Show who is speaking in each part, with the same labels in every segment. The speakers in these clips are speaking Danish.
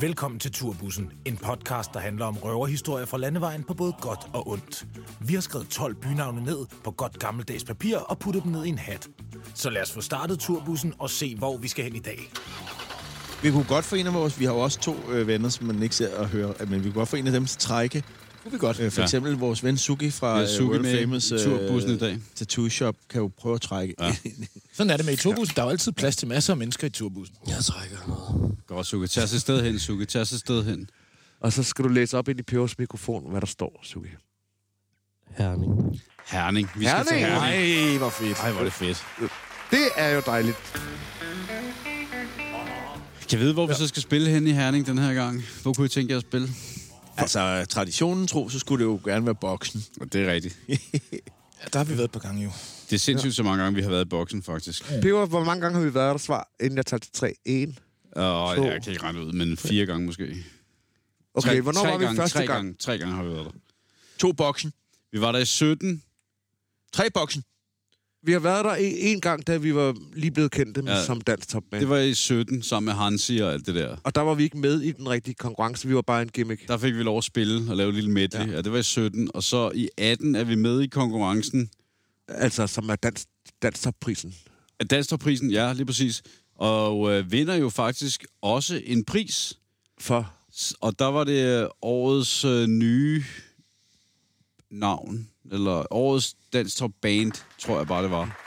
Speaker 1: Velkommen til Turbussen, en podcast, der handler om røverhistorier fra landevejen på både godt og ondt. Vi har skrevet 12 bynavne ned på godt gammeldags papir og puttet dem ned i en hat. Så lad os få startet Turbussen og se, hvor vi skal hen i dag.
Speaker 2: Vi kunne godt få en af vores, vi har jo også to øh, venner, som man ikke ser og hører, øh, men vi kunne godt få en af dem til trække. Kunne vi godt. Øh, for
Speaker 3: Ja.
Speaker 2: eksempel vores ven Suki fra
Speaker 3: Ja,
Speaker 2: ja,
Speaker 3: Suki
Speaker 2: Suki World
Speaker 3: med
Speaker 2: Famous øh,
Speaker 3: i turbussen i dag.
Speaker 2: Tattoo Shop kan jo prøve at trække. Ja.
Speaker 4: Sådan er det med i turbussen. Der er jo altid plads til masser af mennesker i turbussen.
Speaker 5: Jeg trækker noget.
Speaker 3: Godt, Suke. Tag os et sted hen, Suke. Tag os et sted hen.
Speaker 6: Og så skal du læse op ind i Pebers mikrofon, hvad der står, Suki.
Speaker 5: Herning.
Speaker 3: Herning. Vi skal til
Speaker 6: Herning?
Speaker 3: Herning.
Speaker 2: Ej, hvor fedt.
Speaker 3: Ej, hvor er det fedt.
Speaker 6: Det er jo dejligt.
Speaker 3: Kan jeg vide, hvor vi så skal spille hen i Herning den her gang? Hvor kunne I tænke jer at spille?
Speaker 2: Altså, traditionen tro, så skulle det jo gerne være boksen.
Speaker 3: Det er rigtigt.
Speaker 4: Ja, der har vi været et par gange jo.
Speaker 3: Det er sindssygt, så mange gange vi har været i boksen, faktisk.
Speaker 6: Peber, hvor mange gange har vi været der? Svar, inden jeg tager til 3. 1.
Speaker 3: Og
Speaker 6: To.
Speaker 3: jeg kan ikke regne ud, men fire gange måske.
Speaker 6: Okay,
Speaker 3: Tre-
Speaker 6: hvornår
Speaker 3: tre
Speaker 6: var vi
Speaker 3: gange,
Speaker 6: første
Speaker 3: tre
Speaker 6: gang? gang?
Speaker 3: Gange, tre gange har vi været der.
Speaker 2: To boksen.
Speaker 3: Vi var der i 17.
Speaker 2: Tre boksen.
Speaker 6: Vi har været der en, en gang, da vi var lige blevet kendte med,
Speaker 3: Ja.
Speaker 6: ja. som dansk top
Speaker 3: Det var i 17, sammen med Hansi og alt det der.
Speaker 6: Og der var vi ikke med i den rigtige konkurrence. Vi var bare en gimmick.
Speaker 3: Der fik vi lov at spille og lave en lille medley. Ja. ja, det var i 17. Og så i 18 er vi med i konkurrencen
Speaker 6: Altså, som er dansk, dansk topprisen.
Speaker 3: af Dansterprisen. Ja, lige præcis. Og øh, vinder jo faktisk også en pris.
Speaker 6: For
Speaker 3: S- Og der var det øh, årets øh, nye navn, eller årets dansk top band, tror jeg bare det var.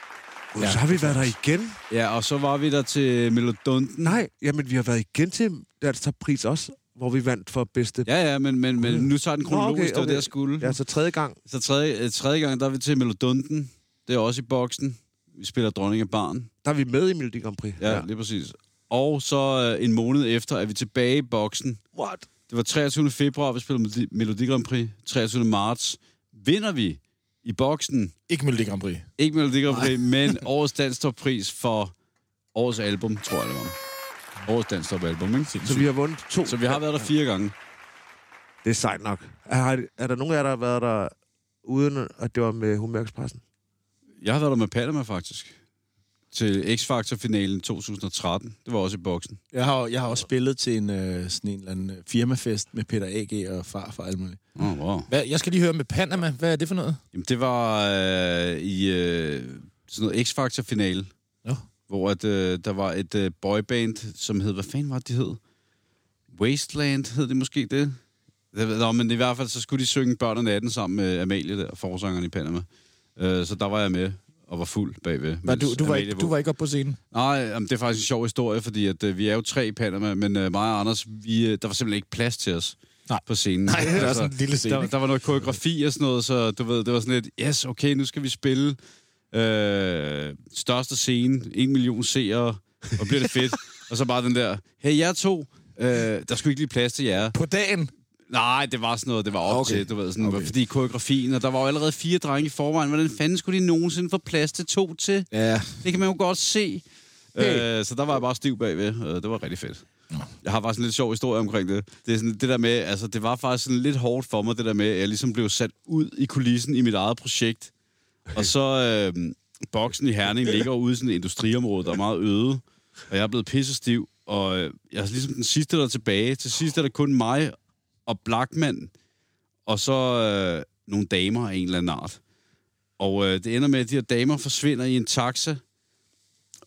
Speaker 6: Gud, ja, så har vi været der igen.
Speaker 3: Ja, og så var vi der til Melodunden.
Speaker 6: Nej, jamen vi har været igen til dansk toppris også, hvor vi vandt for bedste.
Speaker 3: Ja, ja, men, men, men nu tager den
Speaker 6: Mm. Nå,
Speaker 3: kronologisk, det var det, jeg skulle.
Speaker 6: Ja, så tredje gang.
Speaker 3: Så tredje, øh, tredje gang, der er vi til Melodunden. Det er også i boksen. Vi spiller Dronning af Barn.
Speaker 6: Der er vi med i Melodi Grand Prix.
Speaker 3: Ja, ja. lige præcis. Og så øh, en måned efter er vi tilbage i boksen.
Speaker 6: What?
Speaker 3: Det var 23. februar, vi spillede Melodi- Melodi Grand Prix. 23. marts vinder vi i boksen.
Speaker 4: Ikke Melodi Grand Prix.
Speaker 3: Ikke Melodi Grand Prix, men årets danstoppris for årets album, tror jeg det var. Årets danstopalbum, ikke?
Speaker 6: Så vi har vundet to.
Speaker 3: så vi har været der fire gange.
Speaker 6: Det er sejt nok. Er, er der nogen af jer, der har været der uden, at det var med Humørkspressen?
Speaker 3: Jeg har været der med Panama, faktisk. Til X-Factor-finalen 2013. Det var også i boksen.
Speaker 2: Jeg har, jeg har også spillet til en, øh, sådan en eller anden øh, firmafest med Peter A.G. og far for alt muligt.
Speaker 3: Åh, oh, wow.
Speaker 4: Hvad, jeg skal lige høre med Panama. Hvad er det for noget?
Speaker 3: Jamen, det var øh, i øh, sådan noget X-Factor-finale.
Speaker 4: Nå.
Speaker 3: Hvor at, øh, der var et øh, boyband, som hed... Hvad fanden var det, de hed? Wasteland hed det måske det? Det ved jeg- Nå, men i hvert fald, så skulle de synge Børn og Natten sammen med Amalie der, forsangeren i Panama. Øh, så der var jeg med og var fuld bagved.
Speaker 4: Hvad,
Speaker 3: mens
Speaker 4: du, du, var
Speaker 3: Amalie
Speaker 4: ikke, du var ikke oppe på scenen.
Speaker 3: Nej, jamen, det er faktisk en sjov historie, fordi at, øh, vi er jo tre i Panama, men øh, mig og Anders, vi, øh, der var simpelthen ikke plads til os
Speaker 4: Nej.
Speaker 3: på scenen. Nej,
Speaker 4: det er også en lille scene,
Speaker 3: Der,
Speaker 4: ikke?
Speaker 3: der var noget koreografi og sådan noget, så du ved, det var sådan lidt, yes, okay, nu skal vi spille øh, største scene, en million seere, og bliver det fedt. og så bare den der, hey, jer to, øh, der skulle ikke lige plads til jer.
Speaker 4: På dagen.
Speaker 3: Nej, det var sådan noget, det var op okay. til, du ved, sådan, okay. fordi koreografien, og der var jo allerede fire drenge i forvejen. Hvordan fanden skulle de nogensinde få plads til to til?
Speaker 2: Ja.
Speaker 3: Det kan man jo godt se. Øh, så der var jeg bare stiv bagved. Øh, det var rigtig fedt. Jeg har faktisk en lidt sjov historie omkring det. Det, er sådan, det der med, altså, det var faktisk sådan lidt hårdt for mig, det der med, at jeg ligesom blev sat ud i kulissen i mit eget projekt. Og så øh, boksen i Herning ligger jo ude i sådan et industriområde, der er meget øde. Og jeg er blevet pissestiv, og øh, jeg er ligesom den sidste, der er tilbage. Til sidst er der kun mig og Blackman, og så øh, nogle damer af en eller anden art. Og øh, det ender med, at de her damer forsvinder i en taxa,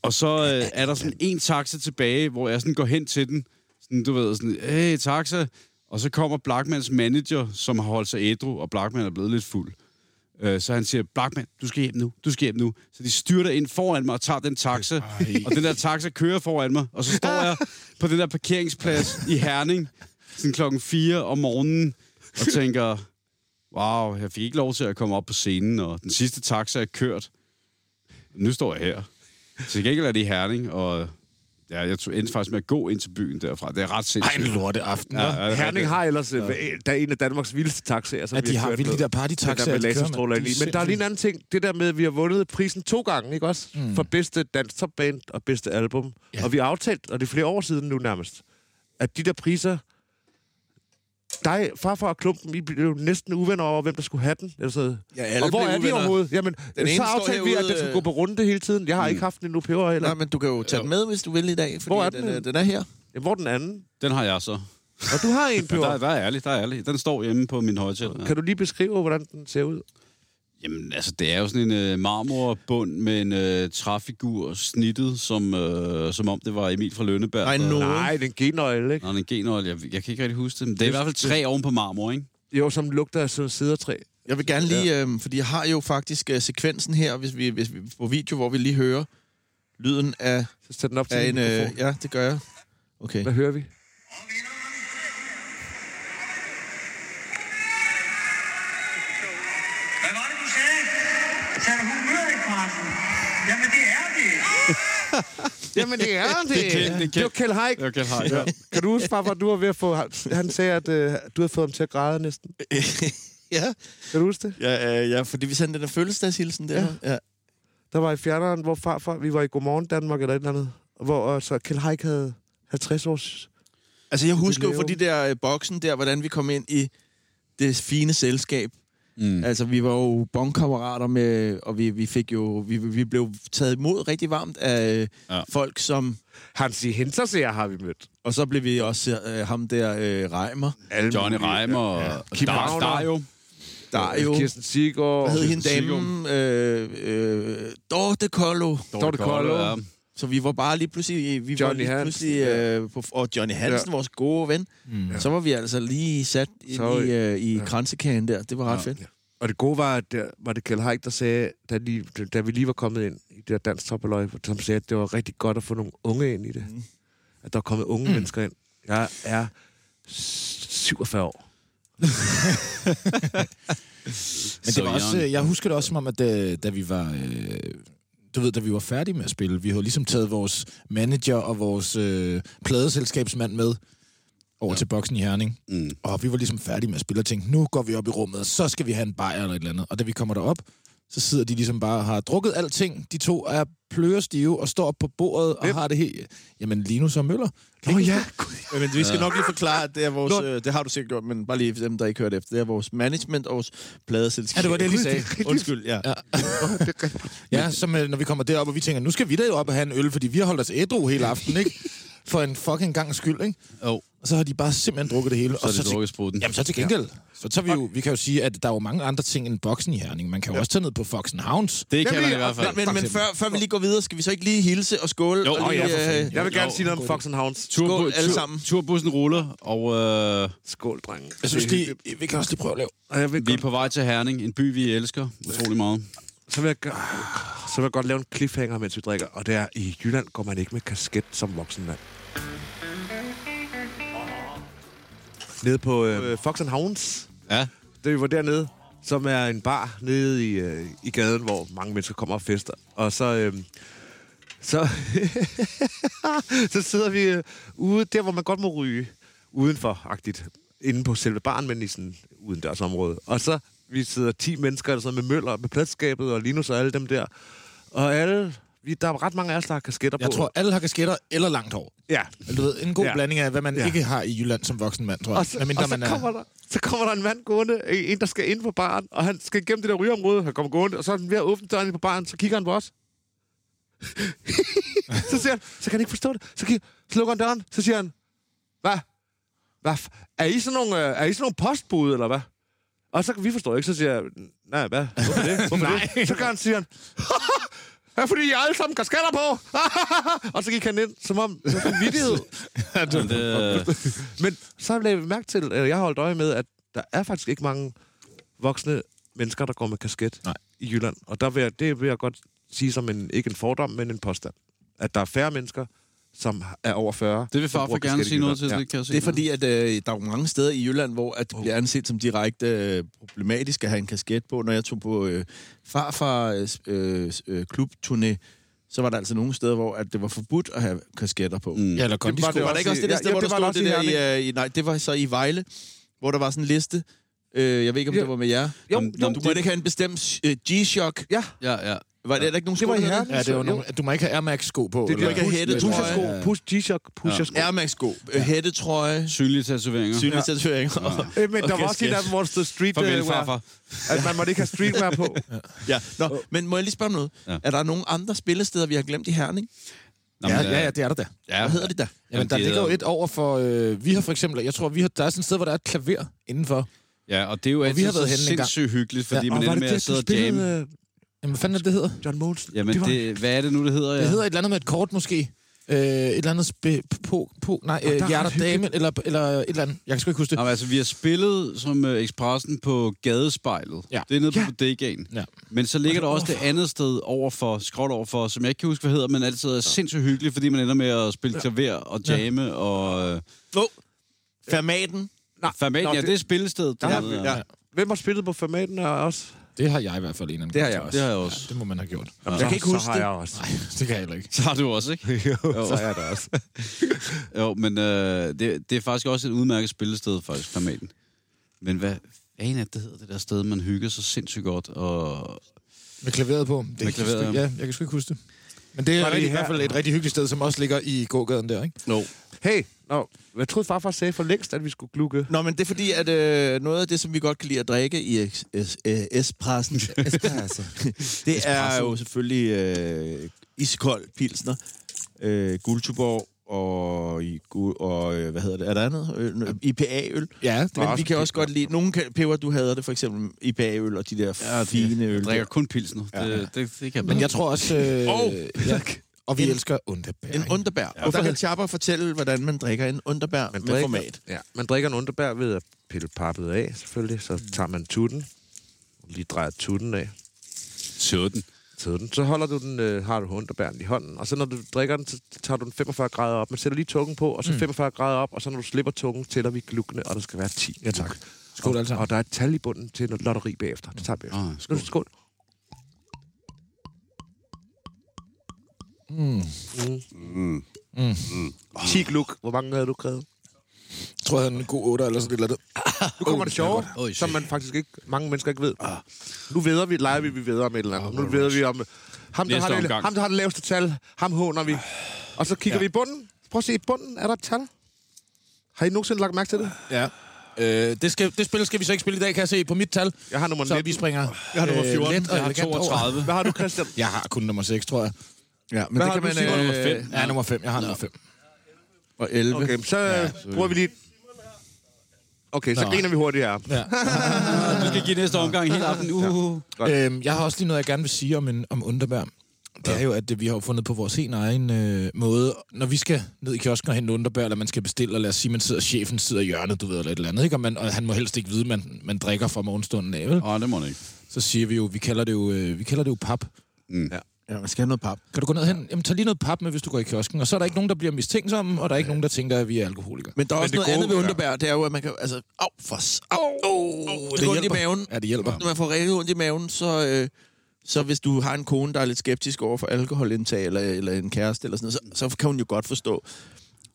Speaker 3: og så øh, er der sådan en taxa tilbage, hvor jeg sådan går hen til den. Sådan, du ved, sådan, hey, taxa. Og så kommer Blackmans manager, som har holdt sig ædru, og Blackman er blevet lidt fuld. Øh, så han siger, Blackman, du skal hjem nu, du skal hjem nu. Så de styrter ind foran mig og tager den taxa. Og den der taxa kører foran mig. Og så står jeg på den der parkeringsplads i Herning, sådan klokken 4 om morgenen, og tænker, wow, jeg fik ikke lov til at komme op på scenen, og den sidste taxa er kørt. Nu står jeg her. Til gengæld er det i Herning, og ja, jeg tog, endte faktisk med at gå ind til byen derfra. Det er ret
Speaker 4: Ej, en
Speaker 3: sindssygt.
Speaker 4: lorte aften.
Speaker 3: Ja,
Speaker 4: Ja.
Speaker 3: ja, ja,
Speaker 6: Herning
Speaker 3: det-
Speaker 6: har ellers ja. der er en af Danmarks vildeste taxaer, som
Speaker 4: Ja,
Speaker 6: vi
Speaker 4: de har
Speaker 6: kørt
Speaker 4: vildt de
Speaker 6: med.
Speaker 4: der partytaxaer,
Speaker 6: Den der med
Speaker 4: de kører,
Speaker 6: laserstråler
Speaker 4: mand.
Speaker 6: ind i.
Speaker 4: De er
Speaker 6: Men der er lige en anden ting. Det der med, at vi har vundet prisen to gange, ikke også? Mm. For bedste dansk topband og bedste album. Ja. Og vi har aftalt, og det er flere år siden nu nærmest, at de der priser... Dig, farfar og klumpen, I blev næsten uvenner over, hvem der skulle have den. Eller sådan.
Speaker 2: Ja, alle
Speaker 6: og hvor
Speaker 2: blev
Speaker 6: er de
Speaker 2: uvenner.
Speaker 6: overhovedet? Jamen, den
Speaker 2: ene
Speaker 6: så
Speaker 2: står
Speaker 6: aftalte vi, at
Speaker 2: herude,
Speaker 6: den skulle
Speaker 2: øh,
Speaker 6: gå på runde hele tiden. Jeg har mm. ikke haft den endnu, peber heller.
Speaker 2: Nej, men du kan jo tage den med, hvis du vil i dag, fordi
Speaker 6: Hvor er den
Speaker 2: den, øh,
Speaker 6: henne?
Speaker 2: den er her.
Speaker 6: Jamen, hvor er den anden?
Speaker 3: Den har jeg så.
Speaker 6: Og du har en,
Speaker 3: Der,
Speaker 6: Peber.
Speaker 3: der er ærlig, der er ærlig. Den står hjemme på min højtaler.
Speaker 6: Kan du lige beskrive, hvordan den ser ud?
Speaker 3: Jamen, altså, det er jo sådan en øh, marmorbund med en øh, træfigur snittet, som, øh, som om det var Emil fra Lønneberg.
Speaker 2: Nej,
Speaker 3: der-
Speaker 2: no.
Speaker 6: Nej, den genøgle, ikke?
Speaker 3: Nå, en genøjle. Jeg, jeg kan ikke rigtig huske det. Men det er i hvert fald tre oven på marmor, ikke?
Speaker 6: Jo, som lugter af sådan sidertræ.
Speaker 2: Jeg vil gerne lige, ja. øhm, fordi jeg har jo faktisk øh, sekvensen her hvis vi, hvis vi, på video, hvor vi lige hører lyden af,
Speaker 6: Så sæt den op til
Speaker 2: af en...
Speaker 6: en,
Speaker 2: Øh, ja, det gør jeg. Okay.
Speaker 6: Hvad hører vi?
Speaker 7: Hvad var det, du sagde? Sagde du humørkvarten? Jamen, det er det.
Speaker 6: Jamen, det er det. det,
Speaker 3: Kjeld, det er
Speaker 6: det, det var Kjeld Haik.
Speaker 3: Det var Kjeld Haik, ja.
Speaker 6: Kan du huske, Papa, du var ved at få... Han sagde, at øh, du havde fået ham til at græde næsten.
Speaker 2: ja,
Speaker 6: Kan du huske det?
Speaker 2: ja, øh, ja, fordi vi sendte den der følelsesdagshilsen der. Ja. ja.
Speaker 6: Der var i fjerneren, hvor farfar... Vi var i Godmorgen Danmark eller et eller andet. Hvor øh, så Kjeld Haik havde 50 års...
Speaker 2: Altså, jeg husker jo
Speaker 6: lave.
Speaker 2: fra de der øh, boksen der, hvordan vi kom ind i det fine selskab. Mm. Altså, vi var jo bongkammerater med, og vi, vi fik jo, vi, vi blev taget imod rigtig varmt af
Speaker 3: Ja.
Speaker 2: ja. folk, som,
Speaker 6: Hansi Hinterseer har vi mødt.
Speaker 2: og så blev vi også øh, ham der øh, Reimer,
Speaker 6: Alle
Speaker 3: Johnny Reimer og ja.
Speaker 6: Kim
Speaker 3: Dar,
Speaker 6: Wagner.
Speaker 3: Dario.
Speaker 2: der er jo,
Speaker 6: Kirsten Sigurd.
Speaker 2: hvad hed hende
Speaker 3: Sigurd.
Speaker 2: damen, øh, øh, Dorte Kollo.
Speaker 6: Dorte Kollo.
Speaker 3: Ja.
Speaker 2: Så vi var bare lige pludselig, vi var
Speaker 6: Johnny
Speaker 2: lige
Speaker 6: Hansen,
Speaker 2: pludselig øh, på, og Johnny Hansen, ja. vores gode ven, mm. så var vi altså lige sat ind
Speaker 6: Så-
Speaker 2: i, øh, i ja. kransekagen der. Det var ret ja. fedt.
Speaker 6: Og det gode var, at der var det Kjell Haik, der sagde, da, lige, da vi lige var kommet ind i det der dansk toppeløj, som sagde, at det var rigtig godt at få nogle unge ind i det. Mm. At der er kommet unge mm. mennesker ind. Jeg er s- 47 år.
Speaker 4: Men
Speaker 3: Så
Speaker 4: det var også,
Speaker 3: Jørgen.
Speaker 4: øh, jeg husker det også som om, at da, da vi var... Øh, du ved, da vi var færdige med at spille, vi havde ligesom taget vores manager og vores øh, pladeselskabsmand med over ja. til boksen i Herning. Mm. Og vi var ligesom færdige med at spille og tænkte, nu går vi op i rummet, og så skal vi have en bajer eller et eller andet. Og da vi kommer derop, så sidder de ligesom bare og har drukket alting. De to er plørestive og står op på bordet og har det helt... Jamen, Linus og Møller. Kan I huske det?
Speaker 2: Men vi skal nok lige forklare, at det er vores,
Speaker 4: Nå.
Speaker 2: øh, det har du sikkert gjort, men bare lige for dem, der ikke hørte efter, det er vores management og vores pladeselskab.
Speaker 4: Ja, det var det, jeg lige sagde.
Speaker 2: Undskyld, ja. ja.
Speaker 4: Ja, som øh, når vi kommer derop, og vi tænker, nu skal vi da jo op og have en øl, fordi vi har holdt os ædru hele aftenen, ikke? For en fucking gang skyld, ikke?
Speaker 3: Jo.
Speaker 4: Og så har de bare simpelthen drukket det hele.
Speaker 3: Så er det drukket spruten.
Speaker 4: Jamen så til gengæld. Ja. Så tager vi jo, vi kan jo sige, at der er jo mange andre ting end boksen i Herning. Man kan jo ja. også tage ned på Foxen Hounds.
Speaker 3: Det kan man i hvert fald.
Speaker 2: Men, men, men før, før vi lige går videre, skal vi så ikke lige hilse og skåle?
Speaker 3: Jo,
Speaker 2: og lige, øh,
Speaker 3: åh, ja, for fanden.
Speaker 6: Jeg vil
Speaker 3: Jo,
Speaker 6: gerne
Speaker 3: jo,
Speaker 6: sige noget om Fox and Hounds.
Speaker 3: Turbo,
Speaker 2: Skål, alle
Speaker 3: tur-
Speaker 2: sammen.
Speaker 3: Turbussen ruller, og øh,
Speaker 6: Skål, drenge.
Speaker 4: Jeg synes, de, vi kan også lige prøve at lave.
Speaker 6: Og jeg vil
Speaker 3: vi er
Speaker 6: godt,
Speaker 3: på vej til Herning, en by, vi elsker utrolig meget.
Speaker 6: så, vil jeg, gø- så vil jeg godt lave en cliffhanger, mens vi drikker. Og der i Jylland går man ikke med kasket som voksen mand. Nede på øh, Fox and Hounds.
Speaker 3: Ja,
Speaker 6: da vi var dernede, som er en bar nede i, øh, i gaden, hvor mange mennesker kommer og fester. Og så, øh, så, så sidder vi øh, ude der, hvor man godt må ryge udenfor-agtigt. Inde på selve baren, men i sådan udendørsområde. Og så vi sidder 10 mennesker eller sådan noget, med møller, med pladskabet og Linus og alle dem der. Og alle, vi, der er ret mange af os, der har kasketter
Speaker 4: Jeg
Speaker 6: på.
Speaker 4: tror, alle har kasketter eller langt hår.
Speaker 6: Ja,
Speaker 4: Eller, Du ved, en god
Speaker 6: Ja.
Speaker 4: ja. blanding af, hvad man
Speaker 6: Ja.
Speaker 4: ja. ikke har i Jylland som voksen mand, tror jeg.
Speaker 6: Og så,
Speaker 4: Medmindre
Speaker 6: og så,
Speaker 4: man er-
Speaker 6: kommer der, så kommer der en mand gående, en der skal ind på baren, og han skal igennem det der rygeområde, han kommer gående, og så er han ved at åbne døren ind på baren, så kigger han på os. så siger han, så kan han ikke forstå det. Så, kigger, så lukker han døren, så siger han, hvad? hvad f- er, I sådan nogle, øh, er I sådan nogle postbud, eller hvad? Og så kan vi forstå ikke, så siger jeg, nej, hvad? Hvorfor det? Hvorfor det? Så kan han sige, Ja, fordi I alle sammen kasketter på. og så gik han ind, som om det var en vittighed.
Speaker 3: men øh, det,
Speaker 6: Men så lagde vi mærke til, eller jeg holdt øje med, at der er faktisk ikke mange voksne mennesker, der går med kasket Nej. i Jylland. Og der vil jeg, det vil jeg godt sige som en, ikke en fordom, men en påstand. At der er færre mennesker, som er over 40.
Speaker 3: det vil
Speaker 6: som bruger
Speaker 3: farfar gerne
Speaker 6: kasket i
Speaker 3: sige noget til,
Speaker 6: Jylland.
Speaker 3: det kan jeg se.
Speaker 2: Det er fordi, at øh, der er jo mange steder i Jylland, hvor at det bliver anset som direkte øh, problematisk at have en kasket på. Når jeg tog på øh, farfars øh, øh, klubturné, så var der altså nogle steder, hvor at det var forbudt at have kasketter på. Mm.
Speaker 4: Ja, eller
Speaker 2: Det var, det var
Speaker 4: kondisko.
Speaker 2: der ikke også det der
Speaker 6: Ja,
Speaker 2: sted,
Speaker 6: ja,
Speaker 2: hvor
Speaker 6: det
Speaker 2: der
Speaker 6: var der
Speaker 2: stod det
Speaker 6: også i
Speaker 2: der i, øh, i... Nej, det var så i Vejle, hvor der var sådan en liste. Øh, jeg ved ikke, om
Speaker 6: Ja.
Speaker 2: det var med jer.
Speaker 6: Jo,
Speaker 3: Jamen,
Speaker 6: jo.
Speaker 3: jamen,
Speaker 2: Du måtte ikke have en bestemt øh, G-Shock.
Speaker 6: Ja,
Speaker 3: Ja, ja.
Speaker 2: Var det, er der ikke nogen
Speaker 6: det var i
Speaker 2: der hedder
Speaker 6: Herren.
Speaker 4: Ja, det var nogle, du må ikke have Air Max-sko på.
Speaker 6: Det er
Speaker 4: eller-
Speaker 6: det,
Speaker 2: ikke have hætte,
Speaker 6: pusher
Speaker 2: trøje.
Speaker 6: sko, push G-Shock, pusher sko.
Speaker 2: det? Air Max-sko, øh, hættetrøje,
Speaker 3: Synlige tatoveringer.
Speaker 2: synlige tatoveringer.
Speaker 6: Øh, Men der var også det der, hvor der stod
Speaker 3: Farvel,
Speaker 6: streetwear,
Speaker 3: farfar.
Speaker 6: at man måtte ikke have streetwear på.
Speaker 2: Ja. Nå, men må jeg lige spørge om noget?
Speaker 3: Ja.
Speaker 2: Er der nogen andre spillesteder, vi har glemt i Herning?
Speaker 3: Nå,
Speaker 4: ja,
Speaker 3: men, øh,
Speaker 4: ja, ja, det er der da.
Speaker 3: ja.
Speaker 2: Hvad hedder det da?
Speaker 4: Jamen, der
Speaker 3: det
Speaker 4: ligger jo
Speaker 3: hedder-
Speaker 4: et over for... Øh, vi har for eksempel... Jeg tror, vi har, der er sådan et sted, hvor der er et klaver indenfor.
Speaker 3: Ja, og det er jo
Speaker 4: vi
Speaker 3: altid
Speaker 4: har været
Speaker 3: så
Speaker 4: henne engang.
Speaker 3: sindssygt hyggeligt, fordi
Speaker 6: Og
Speaker 3: man ender
Speaker 6: var det
Speaker 3: med at
Speaker 6: det,
Speaker 3: sidde
Speaker 6: du
Speaker 3: og jamme.
Speaker 6: spillede øh,
Speaker 4: Jamen, hvad fanden er det, det hedder?
Speaker 6: John Mogensen?
Speaker 3: Jamen,
Speaker 6: det var,
Speaker 3: det, hvad er det nu, det hedder?
Speaker 4: Det hedder et eller andet med et kort, måske. Øh, et eller andet spe, på, på, nej, øh,
Speaker 6: der er
Speaker 4: hjerter,
Speaker 6: ret hyggeligt.
Speaker 4: dame, eller, eller et eller andet. Jeg kan sgu ikke huske det.
Speaker 3: Jamen, altså, vi har spillet som uh, Expressen på Gadespejlet.
Speaker 4: Ja.
Speaker 3: Det er nede
Speaker 6: Ja.
Speaker 3: ja. på Degan.
Speaker 4: Ja.
Speaker 3: Men så ligger der også det andet sted overfor, skråt overfor, som jeg ikke kan huske, hvad hedder, men altid er sindssygt hyggeligt, fordi man ender med at spille klaver og jamme og... Øh,
Speaker 2: Fermaten.
Speaker 6: Nej,
Speaker 3: Fermat,
Speaker 6: nå,
Speaker 3: ja,
Speaker 6: det-
Speaker 3: det er spillestedet.
Speaker 6: der
Speaker 3: dernede,
Speaker 6: har, ja. Hvem har spillet på formaten af os?
Speaker 4: Det har jeg i hvert fald en af Det har jeg
Speaker 3: Det har jeg også.
Speaker 4: Det må man have gjort.
Speaker 6: Jamen,
Speaker 2: Jeg kan ikke huske
Speaker 6: så har
Speaker 2: det.
Speaker 6: jeg også.
Speaker 4: Nej, det kan jeg heller ikke.
Speaker 3: Så har du også, ikke?
Speaker 6: Jo, så har jeg det også.
Speaker 3: Jo, men øh, det, det er faktisk også et udmærket spillested, faktisk, Fermaten. Men hvad fanden er det, det hedder det der sted, man hygger sig sindssygt godt, og
Speaker 4: Med klaveret på. Det
Speaker 3: Med
Speaker 4: kan jeg
Speaker 3: klaveret,
Speaker 4: sgu- ja.
Speaker 3: ja.
Speaker 4: Jeg kan sgu ikke huske det. Men det er
Speaker 6: Var det
Speaker 4: rigtig, i
Speaker 6: her?
Speaker 4: hvert fald et rigtig hyggeligt sted, som også ligger i gågaden der, ikke?
Speaker 3: No.
Speaker 6: Hey, nå, jeg troede farfar sagde for længst, at vi skulle glukke.
Speaker 2: Nå, men det er fordi, at øh, noget af det, som vi godt kan lide at drikke i es- es- øh, S-pressen, det er jo selvfølgelig øh, iskold pilsner, øh, guldtuborg og, i, gu- og øh, hvad hedder det, er der andet? Øh, IPA-øl.
Speaker 4: Ja, det
Speaker 2: Men
Speaker 4: er
Speaker 2: vi
Speaker 4: også.
Speaker 2: kan også godt lide, nogle kan, peber, du hader det for eksempel, IPA-øl og de der ja, fine øl.
Speaker 3: Jeg drikker kun pilsner. Ja, ja. Det, det, det kan
Speaker 4: Men jeg tror også... Øh,
Speaker 2: Åh!
Speaker 4: ja. Og vi
Speaker 2: En-
Speaker 4: elsker underbær.
Speaker 2: En
Speaker 4: ikke?
Speaker 2: underbær. Ja, Hvorfor kan Chapper fortælle, hvordan man drikker en underbær med
Speaker 6: drikker-
Speaker 2: format?
Speaker 6: Ja, Mm. man drikker en underbær ved at pille pappet af, selvfølgelig. Så tager man tutten. Lige drejer tutten af.
Speaker 3: Sådan.
Speaker 6: Tutten. Så holder du den, øh, har du underbæren i hånden. Og så når du drikker den, så tager du den 45 grader op. Man sætter lige tungen på,
Speaker 4: Mm.
Speaker 6: og så 45 grader op. Og så når du slipper tungen, tæller vi glukkene, og der skal være 10.
Speaker 4: Ja, tak. Skål alle sammen.
Speaker 6: Og der er et tal i bunden til noget lotteri bagefter. Det tager vi.
Speaker 3: Ah,
Speaker 6: skål.
Speaker 3: skål.
Speaker 6: skål.
Speaker 4: Mm.
Speaker 6: Mm. Mm. Mm. 10 gluk. Hvor mange havde du krævet?
Speaker 4: Jeg tror, han er en god otter eller sådan et eller andet.
Speaker 6: Nu kommer det sjove,
Speaker 3: Åh, shit.
Speaker 6: som man faktisk ikke, mange mennesker ikke ved.
Speaker 4: Ah.
Speaker 6: Nu ved vi, leger vi, vi ved om et eller andet. Nu ved vi om... Ham der,
Speaker 3: Næste
Speaker 6: har det,
Speaker 3: omgang.
Speaker 6: ham, der har det laveste tal, ham håner vi. Og så kigger ja. vi i bunden. Prøv at se, i bunden er der et tal. Har I nogensinde lagt mærke til det?
Speaker 4: Ja. Øh, det, skal, det spil skal vi så ikke spille i dag, kan jeg se på mit tal.
Speaker 6: Jeg har nummer
Speaker 4: så
Speaker 6: 19.
Speaker 4: vi springer øh,
Speaker 2: Jeg har nummer 14,
Speaker 4: let og
Speaker 3: Jeg har
Speaker 4: elegant over.
Speaker 3: 32.
Speaker 6: Hvad har du, Christian?
Speaker 4: Jeg har kun nummer 6, tror jeg.
Speaker 2: Ja, men
Speaker 6: har
Speaker 2: det kan man...
Speaker 6: du, Simon?
Speaker 2: Øh,
Speaker 3: Nummer fem.
Speaker 4: Ja, nummer 5. Jeg har nummer 5.
Speaker 2: og 11.
Speaker 6: Okay, så ja, bruger vi lige... Okay, så
Speaker 4: Nå.
Speaker 6: griner vi hurtigt her.
Speaker 4: Ja.
Speaker 3: Du skal give næste omgang hele aften. Uh.
Speaker 4: Øhm, jeg har også lige noget, jeg gerne vil sige om, en, om underbær. Det er jo, at øh, vi har jo fundet på vores helt egen øh, måde. Når vi skal ned i kiosken og hente underbær, eller man skal bestille, og lad os sige, man sidder, chefen sidder i hjørnet, du ved, eller et eller andet, ikke? Og, man, og han må helst ikke vide, man, man drikker fra morgenstunden af, vel?
Speaker 3: Åh, oh, det må den ikke.
Speaker 4: Så siger vi jo, vi kalder det jo, øh, vi kalder det jo pap.
Speaker 2: Ja, man skal have noget pap.
Speaker 4: Kan du gå ned hen? Jamen, tag lige noget pap med, hvis du går i kiosken. Og så er der ikke nogen, der bliver mistænksomme, og der er ikke nogen, der tænker, at vi er alkoholikere.
Speaker 2: Men der er også
Speaker 6: det
Speaker 2: noget
Speaker 6: gode
Speaker 2: andet ved
Speaker 6: ved-
Speaker 2: underbær, det er jo, at man kan... Altså, au, for... s- Au, au, au, det, det
Speaker 4: det
Speaker 2: går ondt i
Speaker 4: hjælper.
Speaker 2: maven.
Speaker 4: Ja, det hjælper.
Speaker 2: Når man får rigtig ondt i maven, så... Øh, så hvis du har en kone, der er lidt skeptisk over for alkoholindtag, eller, eller en kæreste, eller sådan noget, så, så kan hun jo godt forstå,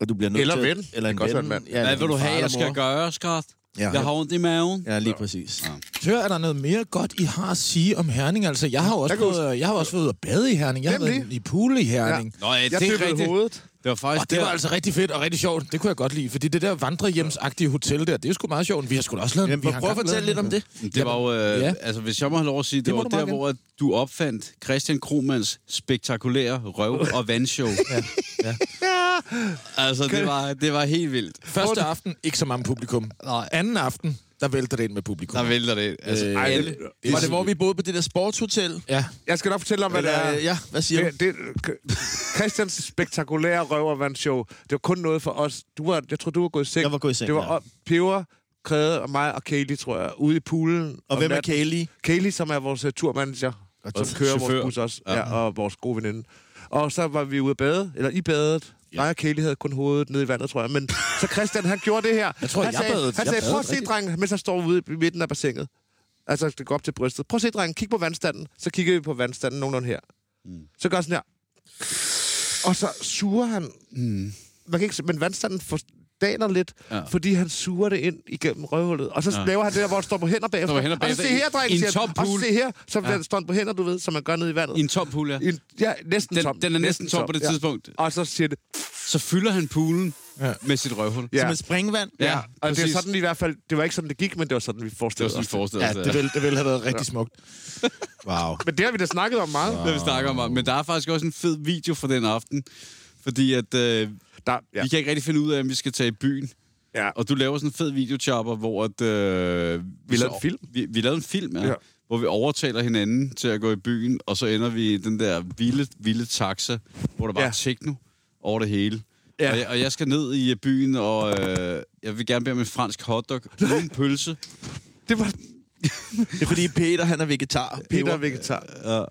Speaker 2: at du bliver nødt
Speaker 6: Eller
Speaker 2: til...
Speaker 6: ven.
Speaker 2: Eller en
Speaker 6: Det kan også være
Speaker 2: ven.
Speaker 6: en mand.
Speaker 2: Ja,
Speaker 3: Hvad vil du
Speaker 2: en far
Speaker 3: have,
Speaker 2: eller
Speaker 3: jeg skal
Speaker 2: mor.
Speaker 3: gøre, skat?
Speaker 2: Ja.
Speaker 3: Jeg har ondt i maven.
Speaker 2: Ja, lige præcis. Ja.
Speaker 4: Hør, er der noget mere godt, I har at sige om Herning? Altså, jeg har jo også,
Speaker 6: Jeg kan
Speaker 4: været, jeg har også været ude at bade i Herning. Jeg har været
Speaker 6: Nemlig.
Speaker 4: i pool i Herning.
Speaker 3: Nå, ja,
Speaker 6: Jeg
Speaker 3: det er
Speaker 6: dyppede
Speaker 3: rigtigt.
Speaker 6: hovedet.
Speaker 3: Det var faktisk
Speaker 4: Og det var altså rigtig fedt og rigtig sjovt. Det kunne jeg godt lide, fordi det der vandrehjemsagtige hotel der, det er sgu meget sjovt. Vi har sgu da også lavet...
Speaker 2: Jamen,
Speaker 4: vi har
Speaker 2: prøv at
Speaker 4: engang
Speaker 2: fortælle lidt
Speaker 4: lavet-
Speaker 2: om det.
Speaker 3: Det var jo, øh,
Speaker 4: ja.
Speaker 3: ja. altså hvis jeg må have lov at sige, det,
Speaker 4: Det
Speaker 3: det
Speaker 4: må
Speaker 3: var
Speaker 4: du
Speaker 3: der,
Speaker 4: meget
Speaker 3: hvor at du opfandt Christian Kromans spektakulære røv- og vandshow. ja. Ja. Altså, det var, det var helt vildt.
Speaker 4: Første aften, ikke så meget publikum. Nej. Anden aften, der vælter det ind med publikum.
Speaker 3: Der vælter det. Altså,
Speaker 4: Øh,
Speaker 3: øh, alle.
Speaker 2: Alle. Var det, hvor vi boede på det der sportshotel?
Speaker 4: Ja.
Speaker 6: Jeg skal nok fortælle om, hvad det
Speaker 2: Eller,
Speaker 6: er.
Speaker 2: øh, ja, hvad siger du?
Speaker 6: Det, det, Christians spektakulære røvervandshow, det var kun noget for os. Du var, jeg tror, du var gået i seng.
Speaker 2: Jeg var gået i seng,
Speaker 6: Det var
Speaker 2: ja.
Speaker 6: op- Peber, Kræde og mig og Kaylee, tror jeg, ude i poolen.
Speaker 2: Og
Speaker 6: om
Speaker 2: hvem er
Speaker 6: natten.
Speaker 2: Kaylee?
Speaker 6: Kaylee, som er vores uh, turmanager, og som kører
Speaker 3: chauffør.
Speaker 6: vores bus også, ja. Ja, og vores gode veninde. Og så var vi ude at bade, eller i badet. Ja. Nej, Kaylee havde kun hovedet nede i vandet, tror jeg. Men så Christian, han gjorde det her.
Speaker 4: Jeg tror,
Speaker 6: han
Speaker 4: jeg
Speaker 6: sagde,
Speaker 4: badede.
Speaker 6: Han
Speaker 4: Jeg
Speaker 6: sagde, prøv at
Speaker 4: badede
Speaker 6: se, drengen, mens han står ude i midten af bassinet. Altså, det går op til brystet. Prøv at se, drengen, kig på vandstanden. Så kigger vi på vandstanden nogenlunde her. Mm. Så gør han sådan her. Og så suger han. Mm. Man kan ikke, se- men vandstanden fordaler lidt, ja. fordi han suger det ind igennem røvhullet. Og så ja. laver han det der, hvor han står på hænder bagefter.
Speaker 3: Står på hænder
Speaker 6: Og så se
Speaker 3: bagefter i-
Speaker 6: her, dreng,
Speaker 3: i en
Speaker 6: siger han.
Speaker 3: tom
Speaker 6: Og så
Speaker 3: pool.
Speaker 6: se her, så ja. står han på hænder, du ved, som man gør ned i vandet.
Speaker 3: I en tom pool, ja.
Speaker 6: I en, ja, næsten
Speaker 3: Den-
Speaker 6: tom.
Speaker 3: den er næsten tom på det tidspunkt.
Speaker 6: Og så siger det,
Speaker 3: Så fylder han poolen ja. med sit røvhul.
Speaker 6: ja.
Speaker 2: Som et springvand?
Speaker 6: Ja, og det
Speaker 3: præcis.
Speaker 6: er sådan i hvert fald, det var ikke sådan, det gik, men det var sådan, vi
Speaker 3: det var
Speaker 6: forestillede
Speaker 3: sådan en
Speaker 6: os.
Speaker 3: forestillelse.
Speaker 4: Ja, det ville, det ville have været rigtig smukt.
Speaker 2: Wow.
Speaker 6: Men det har vi da snakket om meget.
Speaker 3: det vi snakker om. Men der er faktisk også en fed video fra den aften. Fordi at, øh,
Speaker 6: Der, ja.
Speaker 3: ja. vi kan ikke rigtig finde ud af, om vi skal tage i byen.
Speaker 6: Ja.
Speaker 3: Og du laver sådan en fed videochopper, hvor at, øh,
Speaker 6: Vi lavede en
Speaker 3: så-
Speaker 6: film.
Speaker 3: Vi, vi lavede en film, ja,
Speaker 6: Ja.
Speaker 3: ja. Hvor vi overtaler hinanden til at gå i byen, og så ender vi i den der vilde, vilde taxa, hvor der bare
Speaker 6: Ja.
Speaker 3: ja. er techno over det hele.
Speaker 6: Ja.
Speaker 3: Ja. Og, jeg, og jeg skal ned i øh, byen, og øh, jeg vil gerne bede om en fransk hotdog uden pølse.
Speaker 6: Det var
Speaker 2: Det er fordi Peter, han er vegetar.
Speaker 6: Peter
Speaker 2: Peber.
Speaker 6: er Vegetar.
Speaker 3: Og,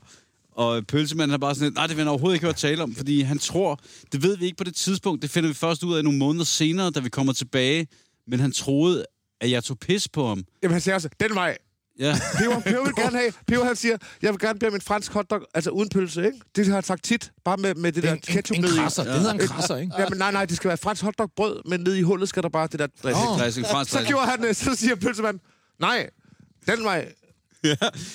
Speaker 3: og pølsemanden har bare sådan lidt, nej, det vil han overhovedet ikke høre tale om, fordi han tror, det ved vi ikke på det tidspunkt, det finder vi først ud af nogle måneder senere, da vi kommer tilbage, men han troede, at jeg tog pis på ham.
Speaker 6: Jamen, han siger også, den vej.
Speaker 3: Ja.
Speaker 6: Peber, Peber vil gerne have. Peber, han siger, jeg vil gerne bede om en fransk hotdog, altså uden pølse, ikke? Det har han sagt tit, bare med, med det der
Speaker 4: En,
Speaker 6: ketchup
Speaker 4: en, en
Speaker 6: ned i.
Speaker 4: krasser. Det hedder en krasser, ikke?
Speaker 6: Ja, men nej, nej, det skal være fransk hotdogbrød, men ned i hullet skal der bare det der dressing.
Speaker 4: Åh.
Speaker 3: Dressing, fransk
Speaker 6: Så gjorde han det, så siger pølsemanden, nej, den vej.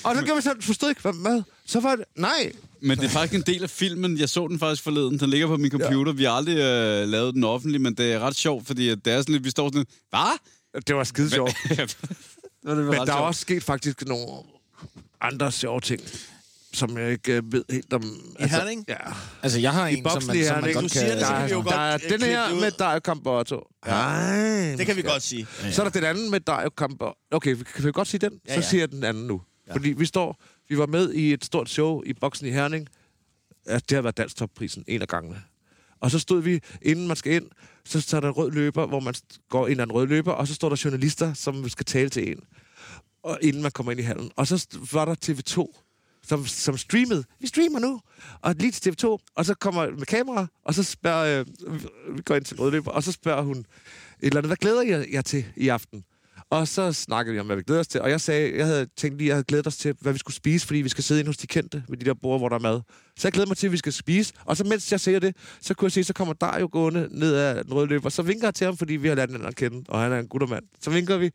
Speaker 6: Og så kan vi sådan, forstod ikke, hvad mad? Så var det, nej.
Speaker 3: Men det er faktisk en del af filmen. Jeg så den faktisk forleden. Den ligger på min computer. Ja. Vi har aldrig øh, lavet den offentlig, men det er ret sjovt, fordi at det er sådan lidt, vi står sådan lidt, hvad?
Speaker 6: Det var skide sjovt.
Speaker 3: det var
Speaker 6: Men der er også sket faktisk nogle andre sjove ting, som jeg ikke øh, ved helt om. I
Speaker 2: Herning?
Speaker 6: Ja.
Speaker 4: Altså, jeg har en, som
Speaker 6: Boksen i
Speaker 4: man, som man
Speaker 6: Herning.
Speaker 4: godt
Speaker 2: Du siger
Speaker 4: kan...
Speaker 2: det, så
Speaker 6: Der
Speaker 2: kan
Speaker 6: er,
Speaker 2: vi jo
Speaker 6: der er
Speaker 2: godt, øh,
Speaker 6: den her
Speaker 2: klippe det
Speaker 6: med
Speaker 2: ud.
Speaker 6: Dario Campeotto. Ej,
Speaker 2: Det kan vi godt sige.
Speaker 6: Så er der den anden med dig og Kamper. Okay, vi- kan vi godt sige den? Ja, så
Speaker 2: ja.
Speaker 6: siger jeg den anden nu. Ja. Fordi vi står, vi var med i et stort show i Boksen i Herning. Altså, det har været Dansk Topprisen en af gangene. Og så stod vi, inden man skal ind, så, så er der en rød løber, hvor man st- går ind ad en rød løber, og så står der journalister, som skal tale til en. Og inden man kommer ind i hallen. Og så st- var der TV2, som, som streamede. Vi streamer nu. Og lige til TV2. Og så kommer jeg med kamera, og så spørger... Øh, vi går ind til en rødløber, og så spørger hun et eller andet, hvad glæder jeg jer til i aften? Og så snakkede vi om, hvad vi glæder os til. Og jeg sagde, jeg havde tænkt lige, jeg havde glædet os til, hvad vi skulle spise, fordi vi skal sidde inde hos de kendte med de der bord, hvor der er mad. Så jeg glæder mig til, at vi skal spise. Og så mens jeg siger det, så kunne jeg se, så kommer Dario gående ned ad den røde løber. Så vinker jeg til ham, fordi vi har lært hinanden at kende, og han er en guttermand. Så vinker vi.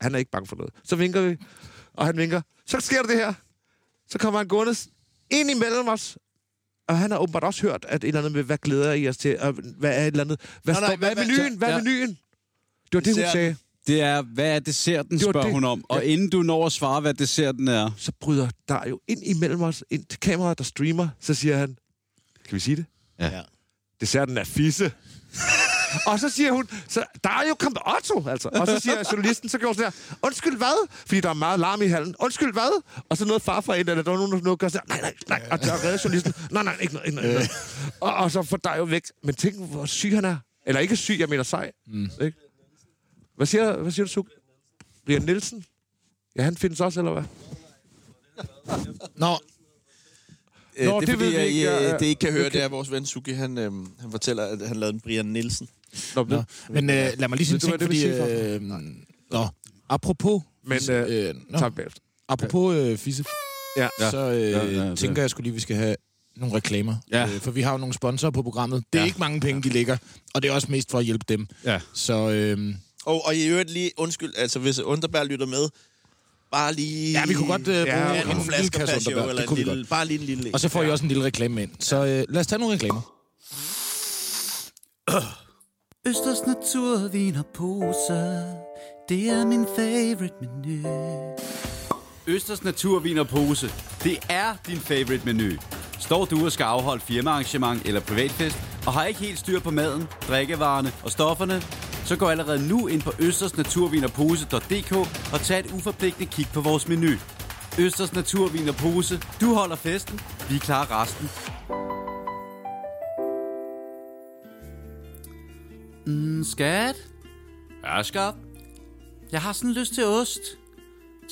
Speaker 6: Han er ikke bange for noget. Så vinker vi, og han vinker. Så sker der det her. Så kommer han gående ind imellem os. Og han har åbenbart også hørt, at et eller andet med, hvad glæder I os til? Og hvad er et eller andet? Hvad,
Speaker 2: Nej,
Speaker 6: nej,
Speaker 2: nej,
Speaker 6: står, hvad,
Speaker 2: hvad-
Speaker 6: er menuen? Hvad er
Speaker 3: ja.
Speaker 6: menuen? Det var det, hun
Speaker 2: Desserten.
Speaker 6: sagde.
Speaker 3: Det er, hvad er desserten,
Speaker 6: Det var
Speaker 3: spørger
Speaker 6: det.
Speaker 3: hun om. Og ja. inden du når at svare, hvad desserten er,
Speaker 6: Så bryder der jo ind imellem os, ind til kameraet, der streamer. Så siger han, kan vi sige det?
Speaker 3: Ja.
Speaker 2: Ja.
Speaker 6: Desserten er fisse. og så siger hun, så der er jo kommet Otto, altså. Og så siger journalisten, så gjorde hun sådan her, undskyld hvad? Fordi der er meget larm i hallen. Undskyld hvad? Og så noget farfar ind, eller der var nogen, der noget gør sådan her, nej, nej, nej. Og der redder journalisten, nej, nej, ikke noget, ikke noget. ikke noget." og, og så får der jo væk. Men tænk, hvor syg han er. Eller ikke syg, jeg mener sej. Mm. Ikke? Hvad siger, hvad siger du, Suk? Brian Nielsen? Ja, han findes også, eller hvad?
Speaker 4: Nå,
Speaker 2: Øh,
Speaker 6: Nå,
Speaker 2: det er
Speaker 6: det ved
Speaker 2: fordi,
Speaker 6: vi
Speaker 2: jeg,
Speaker 6: ikke, ja, ja.
Speaker 2: øh, det I ikke kan høre, det er at vores ven Suki, han, øh, han fortæller, at han lavede en Brian Nielsen.
Speaker 6: Nå, Nå.
Speaker 4: nå. Men øh, lad mig lige sige en
Speaker 6: Ved du, hvad
Speaker 4: ting,
Speaker 6: det vil
Speaker 4: fordi...
Speaker 6: sige,
Speaker 4: Øh, nå, apropos...
Speaker 6: Men øh,
Speaker 4: nå,
Speaker 6: tak bagefter.
Speaker 4: apropos øh, fisse,
Speaker 6: Ja.
Speaker 4: ja. så øh,
Speaker 3: Ja, ja,
Speaker 4: ja,
Speaker 3: ja.
Speaker 4: ja, tænker jeg skulle lige, vi skal have nogle reklamer.
Speaker 3: Ja.
Speaker 4: Øh, for vi har jo nogle sponsorer på programmet. Det er ja. ikke mange penge, de ligger. Og det er også mest for at hjælpe dem.
Speaker 3: Ja.
Speaker 4: Så øh,
Speaker 2: Og, og i øvrigt lige, undskyld, altså hvis Underberg lytter med, bare lige...
Speaker 4: ja, vi kunne godt øh, bruge
Speaker 6: Ja,
Speaker 4: ja,
Speaker 2: Ja,
Speaker 4: en,
Speaker 2: en
Speaker 4: en lille
Speaker 2: flaske
Speaker 4: kasse
Speaker 2: Passion,
Speaker 4: underbær. Det
Speaker 2: eller en
Speaker 4: kunne vi
Speaker 2: lille,
Speaker 4: godt.
Speaker 2: bare lige en lille...
Speaker 4: Og så får I også en lille reklame med ind. Så øh, lad os tage nogle reklamer.
Speaker 8: Østers naturvin og poser, det er min favorite menu.
Speaker 3: Østers Naturvin og Pose. Det er din favorite menu. Står du og skal afholde firmaarrangement eller privatfest, og har ikke helt styr på maden, drikkevarerne og stofferne, så gå allerede nu ind på østersnaturvinerpose.dk og tag et uforpligtende kig på vores menu. Østers Naturvin og Pose. Du holder festen, vi klarer resten.
Speaker 8: Mm, skat?
Speaker 3: Ja, skarp.
Speaker 8: Jeg har sådan lyst til ost.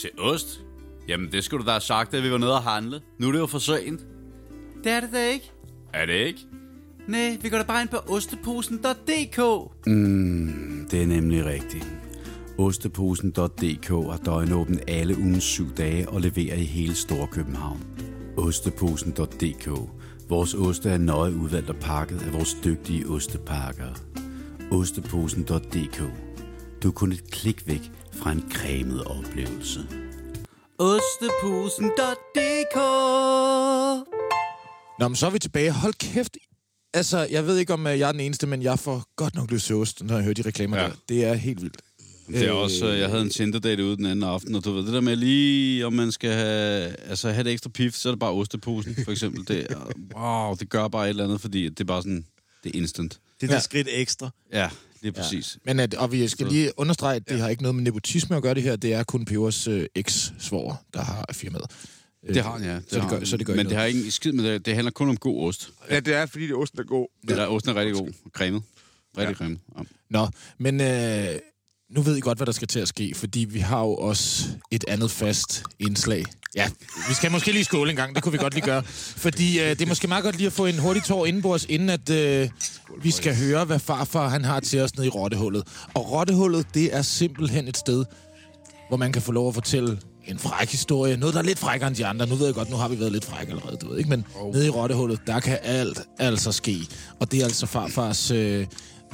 Speaker 3: Til ost? Jamen, det skulle du da have sagt, da vi var nede og handle. Nu er det jo for sent.
Speaker 8: Det er det da ikke.
Speaker 3: Er det ikke?
Speaker 8: Nej, vi går da bare ind på osteposen.dk.
Speaker 3: Mm, Det er nemlig rigtigt. Osteposen.dk har døgnåbent alle ugens syv dage og leverer i hele Storkøbenhavn. Osteposen.dk Vores oste er nøje udvalgt og pakket af vores dygtige ostepakkere. Osteposen.dk Du er kun et klik væk fra en cremet oplevelse.
Speaker 8: Osteposen.dk
Speaker 4: Nå, men så er vi tilbage. Hold kæft. Altså, jeg ved ikke, om øh, jeg er den eneste, men jeg får godt nok lyst til ost, når jeg hører de reklamer ja. der. Det er helt vildt.
Speaker 3: Det er også, øh, jeg havde en Tinder-date ude den anden aften, og du ved, det der med lige, om man skal have, altså, have et ekstra pif, så er det bare osteposen, for eksempel. Det, er- wow, det gør bare et eller andet, fordi det er bare sådan, Det er instant.
Speaker 2: Det er ja. det skridt ekstra.
Speaker 3: Ja, det er præcis.
Speaker 4: Men at, og vi skal lige understrege, at det ja. har ikke noget med nepotisme at gøre det her. Det er kun Pebers øh, eks-svoger, der har firmaet. Øh,
Speaker 3: Det har han, ja. Det
Speaker 4: så, det
Speaker 3: har
Speaker 4: gør,
Speaker 3: han.
Speaker 4: så det gør
Speaker 3: Men
Speaker 4: ikke
Speaker 3: det
Speaker 4: noget.
Speaker 3: har ikke en skid med det. Det handler kun om god ost.
Speaker 6: Ja, det er, fordi det er osten, der er god.
Speaker 3: Ja. Der, osten er rigtig god. Cremet. Rigtig ja. cremet. Ja.
Speaker 4: Nå, men øh, nu ved I godt, hvad der skal til at ske, fordi vi har jo også et andet fast indslag. Ja, vi skal måske lige skåle en gang, det kunne vi godt lige gøre. Fordi øh, det er måske meget godt lige at få en hurtig tår indenbords, inden at øh, vi skal høre, hvad farfar han har til os nede i Rottehullet. Og Rottehullet, det er simpelthen et sted, hvor man kan få lov at fortælle en fræk historie. Noget, der er lidt frækkere end de andre. Nu ved jeg godt, nu har vi været lidt frække allerede, du ved ikke? Men oh. nede i Rottehullet, der kan alt altså ske. Og det er altså farfars øh,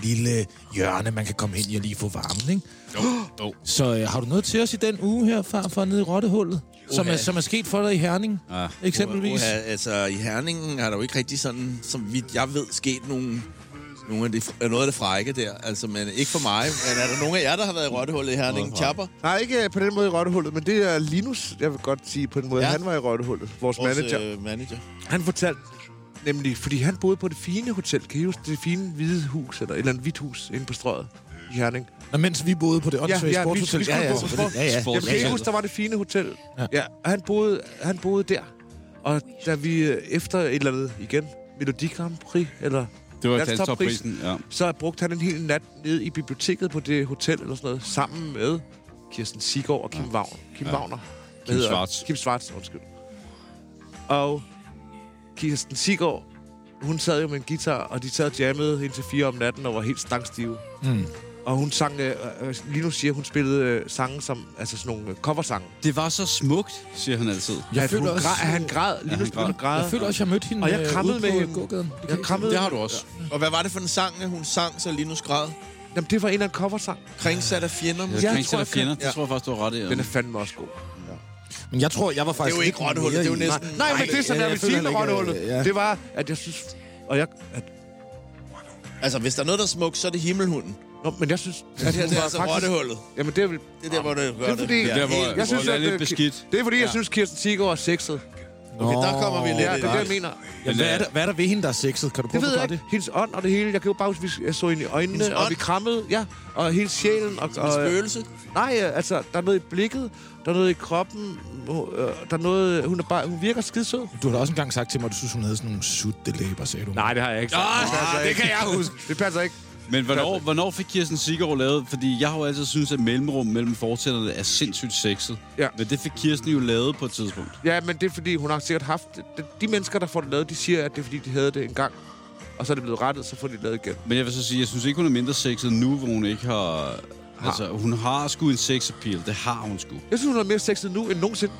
Speaker 4: lille hjørne, man kan komme hen i og lige få varmen, ikke? Jo, jo. Så øh, har du noget til os i den uge her, farfar, nede i Rottehullet? Som er, som er sket for dig i Herning,
Speaker 3: Ah.
Speaker 4: eksempelvis?
Speaker 2: Uha, altså, i Herningen er der jo ikke rigtig sådan, som vidt jeg ved, sket nogle, nogle af de, noget af det frække der. Altså, men ikke for mig. Men er der nogen af jer, der har været i Rottehullet i Herningen? Chapper?
Speaker 6: Nej, ikke øh, på den måde i rottehullet, men det er Linus, jeg vil godt sige på den måde,
Speaker 2: Ja.
Speaker 6: ja. han var i rottehullet. Vores, vores manager.
Speaker 2: øh, manager.
Speaker 6: Han fortalte nemlig, fordi han boede på det fine hotel. Kan I huske det fine hvide hus, eller et eller andet hvidt hus inde på strøget i Herning?
Speaker 4: Nå, mens vi boede på det åndssvage ja, ja, sportshotel.
Speaker 6: vi skulle
Speaker 4: ja,
Speaker 6: gå
Speaker 4: ja,
Speaker 6: på
Speaker 4: selvfølgelig. ja, ja.
Speaker 3: sport-
Speaker 6: Jamen, kan I ikke huske, der var det fine hotel? Ja. ja og han, boede, han boede der. Og da vi øh, efter et eller andet igen, Melodi Grand Prix, eller
Speaker 3: Det var
Speaker 6: Landstopprisen.
Speaker 3: Danstopprisen. Ja.
Speaker 6: så brugte han en hel nat nede i biblioteket på det hotel eller sådan noget, sammen med Kirsten Sigård og Kim ja. Wagner. Kim ja. Wagner. Hvad
Speaker 3: Kim
Speaker 6: hedder han?
Speaker 3: Schwartz.
Speaker 6: Kim Schwartz, undskyld. Og Kirsten Sigård, hun sad jo med en guitar, og de sad og jammede indtil fire om natten og var helt stangstive. Mm.
Speaker 4: Hmm.
Speaker 6: Og hun sang, øh, øh, lige nu siger hun spillede øh, sange som, altså sådan nogle øh, coversange.
Speaker 3: Det var så smukt, siger han altid.
Speaker 4: Jeg
Speaker 6: at
Speaker 4: føler
Speaker 6: hun
Speaker 4: også-
Speaker 6: græd, at han græd, lige nu
Speaker 3: græd.
Speaker 6: begyndte at græde.
Speaker 4: Jeg føler også, jeg mødte hende
Speaker 6: Og jeg
Speaker 4: øh,
Speaker 6: krammede
Speaker 4: ude
Speaker 6: med
Speaker 4: på
Speaker 6: hende.
Speaker 4: gågaden. Det kan
Speaker 6: jeg
Speaker 4: ikke-
Speaker 6: krammede,
Speaker 2: Det har du også. Og hvad var det for en sang, hun sang, så lige nu skræd?
Speaker 6: Jamen, det var en af en coversang.
Speaker 2: Kringsat af fjender.
Speaker 3: Jeg
Speaker 2: Ja.
Speaker 3: ja,
Speaker 6: tror,
Speaker 3: kan ikke sætte
Speaker 6: jeg kan-
Speaker 3: fjender. Det
Speaker 2: ja.
Speaker 3: tror jeg faktisk, du har ret i. Ja.
Speaker 6: Den er fandme også god.
Speaker 4: Men jeg tror, jeg var faktisk...
Speaker 2: jo ikke
Speaker 4: lidt
Speaker 2: Rottehullet,
Speaker 4: mere
Speaker 2: det er jo
Speaker 4: i-
Speaker 2: næsten-
Speaker 6: Nej, men det, som
Speaker 4: ja,
Speaker 6: jeg
Speaker 4: jeg
Speaker 6: vil
Speaker 4: føler
Speaker 6: sige
Speaker 4: heller
Speaker 6: med
Speaker 4: ikke,
Speaker 6: rottehullet,
Speaker 4: øh, ja.
Speaker 6: det var, at jeg synes... Og jeg, at,
Speaker 2: Altså, hvis der er noget, der er smukt, så er det himmelhunden.
Speaker 6: nå, men jeg synes... At
Speaker 2: Det her det
Speaker 6: hun
Speaker 2: er
Speaker 6: var
Speaker 2: altså
Speaker 6: faktisk-
Speaker 2: rottehullet.
Speaker 6: Jamen, det er vel...
Speaker 2: Det er der, hvor det gør
Speaker 6: Det er fordi...
Speaker 2: Ja.
Speaker 3: Der, hvor-
Speaker 2: helt-
Speaker 3: hvor
Speaker 6: jeg synes,
Speaker 3: det er
Speaker 6: at,
Speaker 3: lidt
Speaker 6: øh,
Speaker 3: beskidt.
Speaker 6: Det er fordi, jeg synes, Kirsten Sigård er sexet.
Speaker 2: Okay, der kommer vi lidt
Speaker 6: Ja, det er det, jeg
Speaker 2: ind.
Speaker 6: mener.
Speaker 4: Jamen, hvad, er der, hvad er der ved hende, der er sexet? Kan du prøve
Speaker 6: øh,
Speaker 4: at
Speaker 6: Det ved jeg
Speaker 4: forklare det?
Speaker 6: ikke. Hendes ånd og det hele. Jeg kan jo bare huske, at jeg så hende i øjnene,
Speaker 2: Hendes
Speaker 6: og
Speaker 2: ånd?
Speaker 6: vi krammede. Ja, og hele sjælen. Og,
Speaker 2: En
Speaker 6: og,
Speaker 2: spøgelse.
Speaker 6: nej, øh, altså, der er noget i blikket, der er noget i kroppen, hvor, øh, der er noget... Hun, er bare, hun virker skidesød.
Speaker 4: Du har da også engang sagt til mig, at du synes, hun havde sådan nogle sutte læber, sagde du.
Speaker 6: Nej, det har jeg ikke.
Speaker 3: Ah, det kan
Speaker 6: jeg huske. Det passer ikke.
Speaker 3: Men hvornår, hvornår fik Kirsten Sigurd lavet? Fordi jeg har jo altid syntes, at mellemrum mellem fortællerne er sindssygt sexet.
Speaker 6: Ja.
Speaker 3: Men det fik Kirsten jo lavet på et tidspunkt.
Speaker 6: Ja, men det er fordi, hun har sikkert haft... De, de mennesker, der får det lavet, de siger, at det er fordi, de havde det engang. Og så er det blevet rettet, så får de det lavet igen.
Speaker 3: Men jeg vil så sige, jeg synes ikke, hun er mindre sexet nu, hvor hun ikke har... Altså, hun har sgu en sex appeal. Det har hun sgu.
Speaker 6: Jeg synes, hun er mere sexet nu end nogensinde.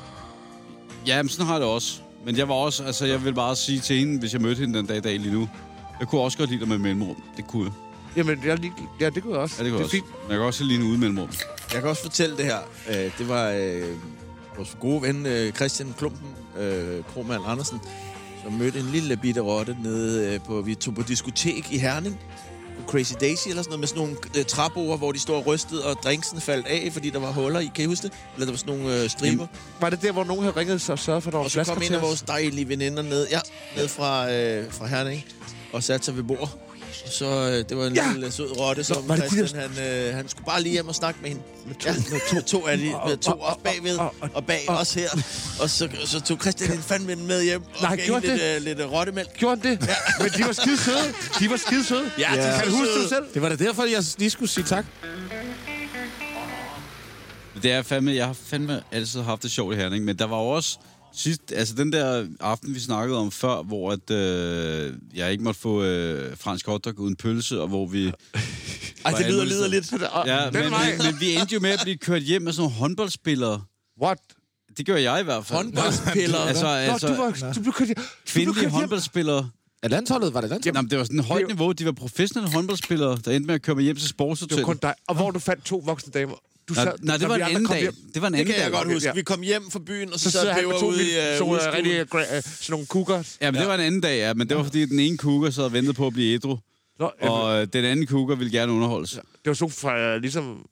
Speaker 3: Ja, men sådan har jeg det også. Men jeg var også... Altså, jeg vil bare sige til hende, hvis jeg mødte hende den dag i dag lige nu. Jeg kunne også godt lide dig med mellemrum. Det kunne jeg.
Speaker 6: Jamen, jeg er lige, ja, det kunne jeg også.
Speaker 3: Ja, det kunne
Speaker 6: det
Speaker 3: jeg
Speaker 6: er
Speaker 3: også.
Speaker 6: fint.
Speaker 3: Men jeg kan også lide en ude mellemrum.
Speaker 2: Jeg kan også fortælle det her. Øh, Det var øh, vores gode ven øh, Christian Klumpen, øh, Kromand Andersen, som mødte en lille bitte rotte nede øh, på... Vi tog på diskotek i Herning. på Crazy Daisy eller sådan noget, med sådan nogle øh, træboer, hvor de stod og rystede, og drinksen faldt af, fordi der var huller i. Kan I huske det? Eller der var sådan nogle øh, striber.
Speaker 6: Var det der, hvor nogen havde ringet sig og sørget for, at der var
Speaker 2: Og så
Speaker 6: flasker
Speaker 2: kom en
Speaker 6: til
Speaker 2: af
Speaker 6: os?
Speaker 2: vores dejlige veninder ned, ja, ned fra, øh, fra Herning og satte sig ved bord. Og så øh, det var en ja.
Speaker 6: Ja!
Speaker 2: lille sød rotte, som
Speaker 6: var det de der-
Speaker 2: Christian, han, øh, han skulle bare lige hjem og snakke med hende. Med to, ja, med to, to, af de, med to
Speaker 6: og-
Speaker 2: også bagved
Speaker 6: og- og-
Speaker 2: og bag
Speaker 6: og-
Speaker 2: os her. Og så, så tog Christian en fandme med hjem og
Speaker 6: Nej,
Speaker 2: gav
Speaker 6: gjorde
Speaker 2: hende lidt, øh, lidt øh, rottemælk.
Speaker 6: Gjorde han det? Ja. Men de var skide søde. De var skide søde.
Speaker 2: Ja, de er
Speaker 6: Kan du
Speaker 2: så
Speaker 6: huske
Speaker 2: søde.
Speaker 6: det selv?
Speaker 4: Det var da derfor, jeg lige skulle sige tak.
Speaker 3: Det er fandme, jeg har fandme altid haft det sjovt i Herning, men der var jo også sidst, altså den der aften, vi snakkede om før, hvor at, øh, jeg ikke måtte få øh, fransk hotdog uden pølse, og hvor vi...
Speaker 2: Ej, det øh, lyder liderligt.
Speaker 3: Ja, men,
Speaker 6: Den vej.
Speaker 3: men, men, vi endte jo med at blive kørt hjem af sådan nogle håndboldspillere.
Speaker 6: What?
Speaker 3: Det gør jeg i hvert fald.
Speaker 2: Håndboldspiller.
Speaker 3: Altså,
Speaker 6: Nå,
Speaker 3: altså
Speaker 6: du, var, du blev kørt hjem. du blev
Speaker 3: kvindelige
Speaker 6: kørt hjem.
Speaker 3: håndboldspillere.
Speaker 4: Er landsholdet, var det landsholdet?
Speaker 3: Jamen, det var sådan et højt niveau. De var professionelle håndboldspillere, der endte med at køre mig hjem til
Speaker 6: Det var
Speaker 3: sportshotellet.
Speaker 6: kun dig. Og hvor du fandt to voksne damer. Du
Speaker 3: Nej, nej,
Speaker 6: da
Speaker 3: det var
Speaker 6: vi
Speaker 3: en
Speaker 6: andre
Speaker 3: anden
Speaker 6: kom
Speaker 3: dag.
Speaker 6: hjem,
Speaker 3: Det var en
Speaker 2: Det
Speaker 3: anden
Speaker 2: kan jeg
Speaker 3: dag.
Speaker 2: godt
Speaker 6: Okay,
Speaker 2: huske.
Speaker 6: ja.
Speaker 2: Vi kom hjem fra byen, og så,
Speaker 6: Så
Speaker 2: sad
Speaker 6: sidder han med
Speaker 2: Peber
Speaker 6: to
Speaker 2: ude i
Speaker 6: vildt
Speaker 2: øh,
Speaker 6: store,
Speaker 2: udestuen.
Speaker 6: rigtig, øh, sådan nogle cougars.
Speaker 3: Ja, men det var en anden dag, ja. Men det var, fordi den ene kuger sad og ventede på at blive ædru.
Speaker 6: Nå,
Speaker 3: Og øh, den anden kuger ville gerne underholdes.
Speaker 6: Det var sådan fra, øh, ligesom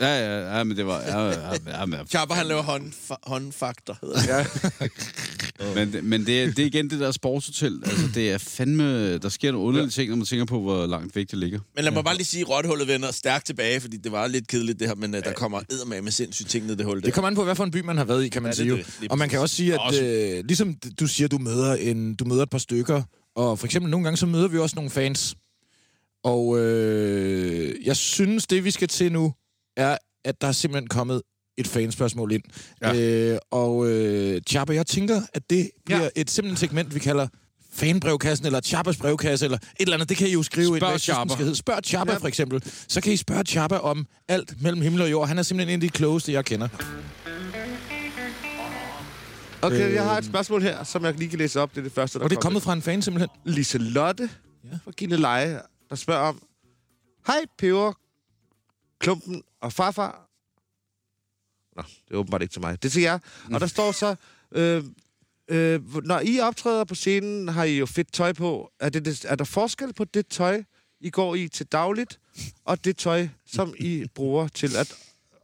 Speaker 3: Ja, ja, ja, men det var... Ja, ja, ja, men,
Speaker 2: Chapper, han laver hånd, håndfakter, hedder det.
Speaker 3: men, det- men det, er- det er igen det der sportshotel. Altså, det er fandme... Der sker nogle underlige ting, når man tænker på, hvor langt væk det ligger.
Speaker 2: Men lad mig bare lige sige, at rottehullet vender stærkt tilbage, fordi det var lidt kedeligt det her, men uh, der kommer eddermame med sindssygt ting ned i det hul der.
Speaker 9: Det kommer an på, hvad for en by man har været i, kan man
Speaker 2: Ja, det
Speaker 9: ja, sige.
Speaker 2: er
Speaker 9: jo.
Speaker 2: det. Lige
Speaker 9: Og man kan
Speaker 2: præcis.
Speaker 9: også sige, at øh, ligesom d- du siger, du møder, en, du møder et par stykker, og for eksempel nogle gange, så møder vi også nogle fans. Og øh, jeg synes, det vi skal til nu, er, at der er simpelthen kommet et fanspørgsmål ind. Ja. Øh, og øh, Chappa, jeg tænker, at det bliver ja. et simpelthen segment, vi kalder fanbrevkassen, eller Chappas brevkasse, eller et eller andet. Det kan I jo skrive ind.
Speaker 3: Spørg
Speaker 9: hvad I synes, den
Speaker 3: Chappa.
Speaker 9: skal hedde. Spørg Chappa, ja. for eksempel. Så kan I spørge Chappa om alt mellem himmel og jord. Han er simpelthen en af de klogeste, jeg kender.
Speaker 6: Okay, jeg har et spørgsmål her, som jeg lige kan læse op. Det er det første, der
Speaker 9: Øh, Og det er kommet fra en fan simpelthen.
Speaker 6: Lise Lotte ja. fra Gilleleje, der spørger om... Hej, Peber, Klumpen og Farfar. Nå, det er åbenbart ikke til mig. Det er til jer. Og der står så... Øh, øh, når I optræder på scenen, har I jo fedt tøj på. Er, det, det, er der forskel på det tøj, I går i til dagligt, og det tøj, som I bruger til at,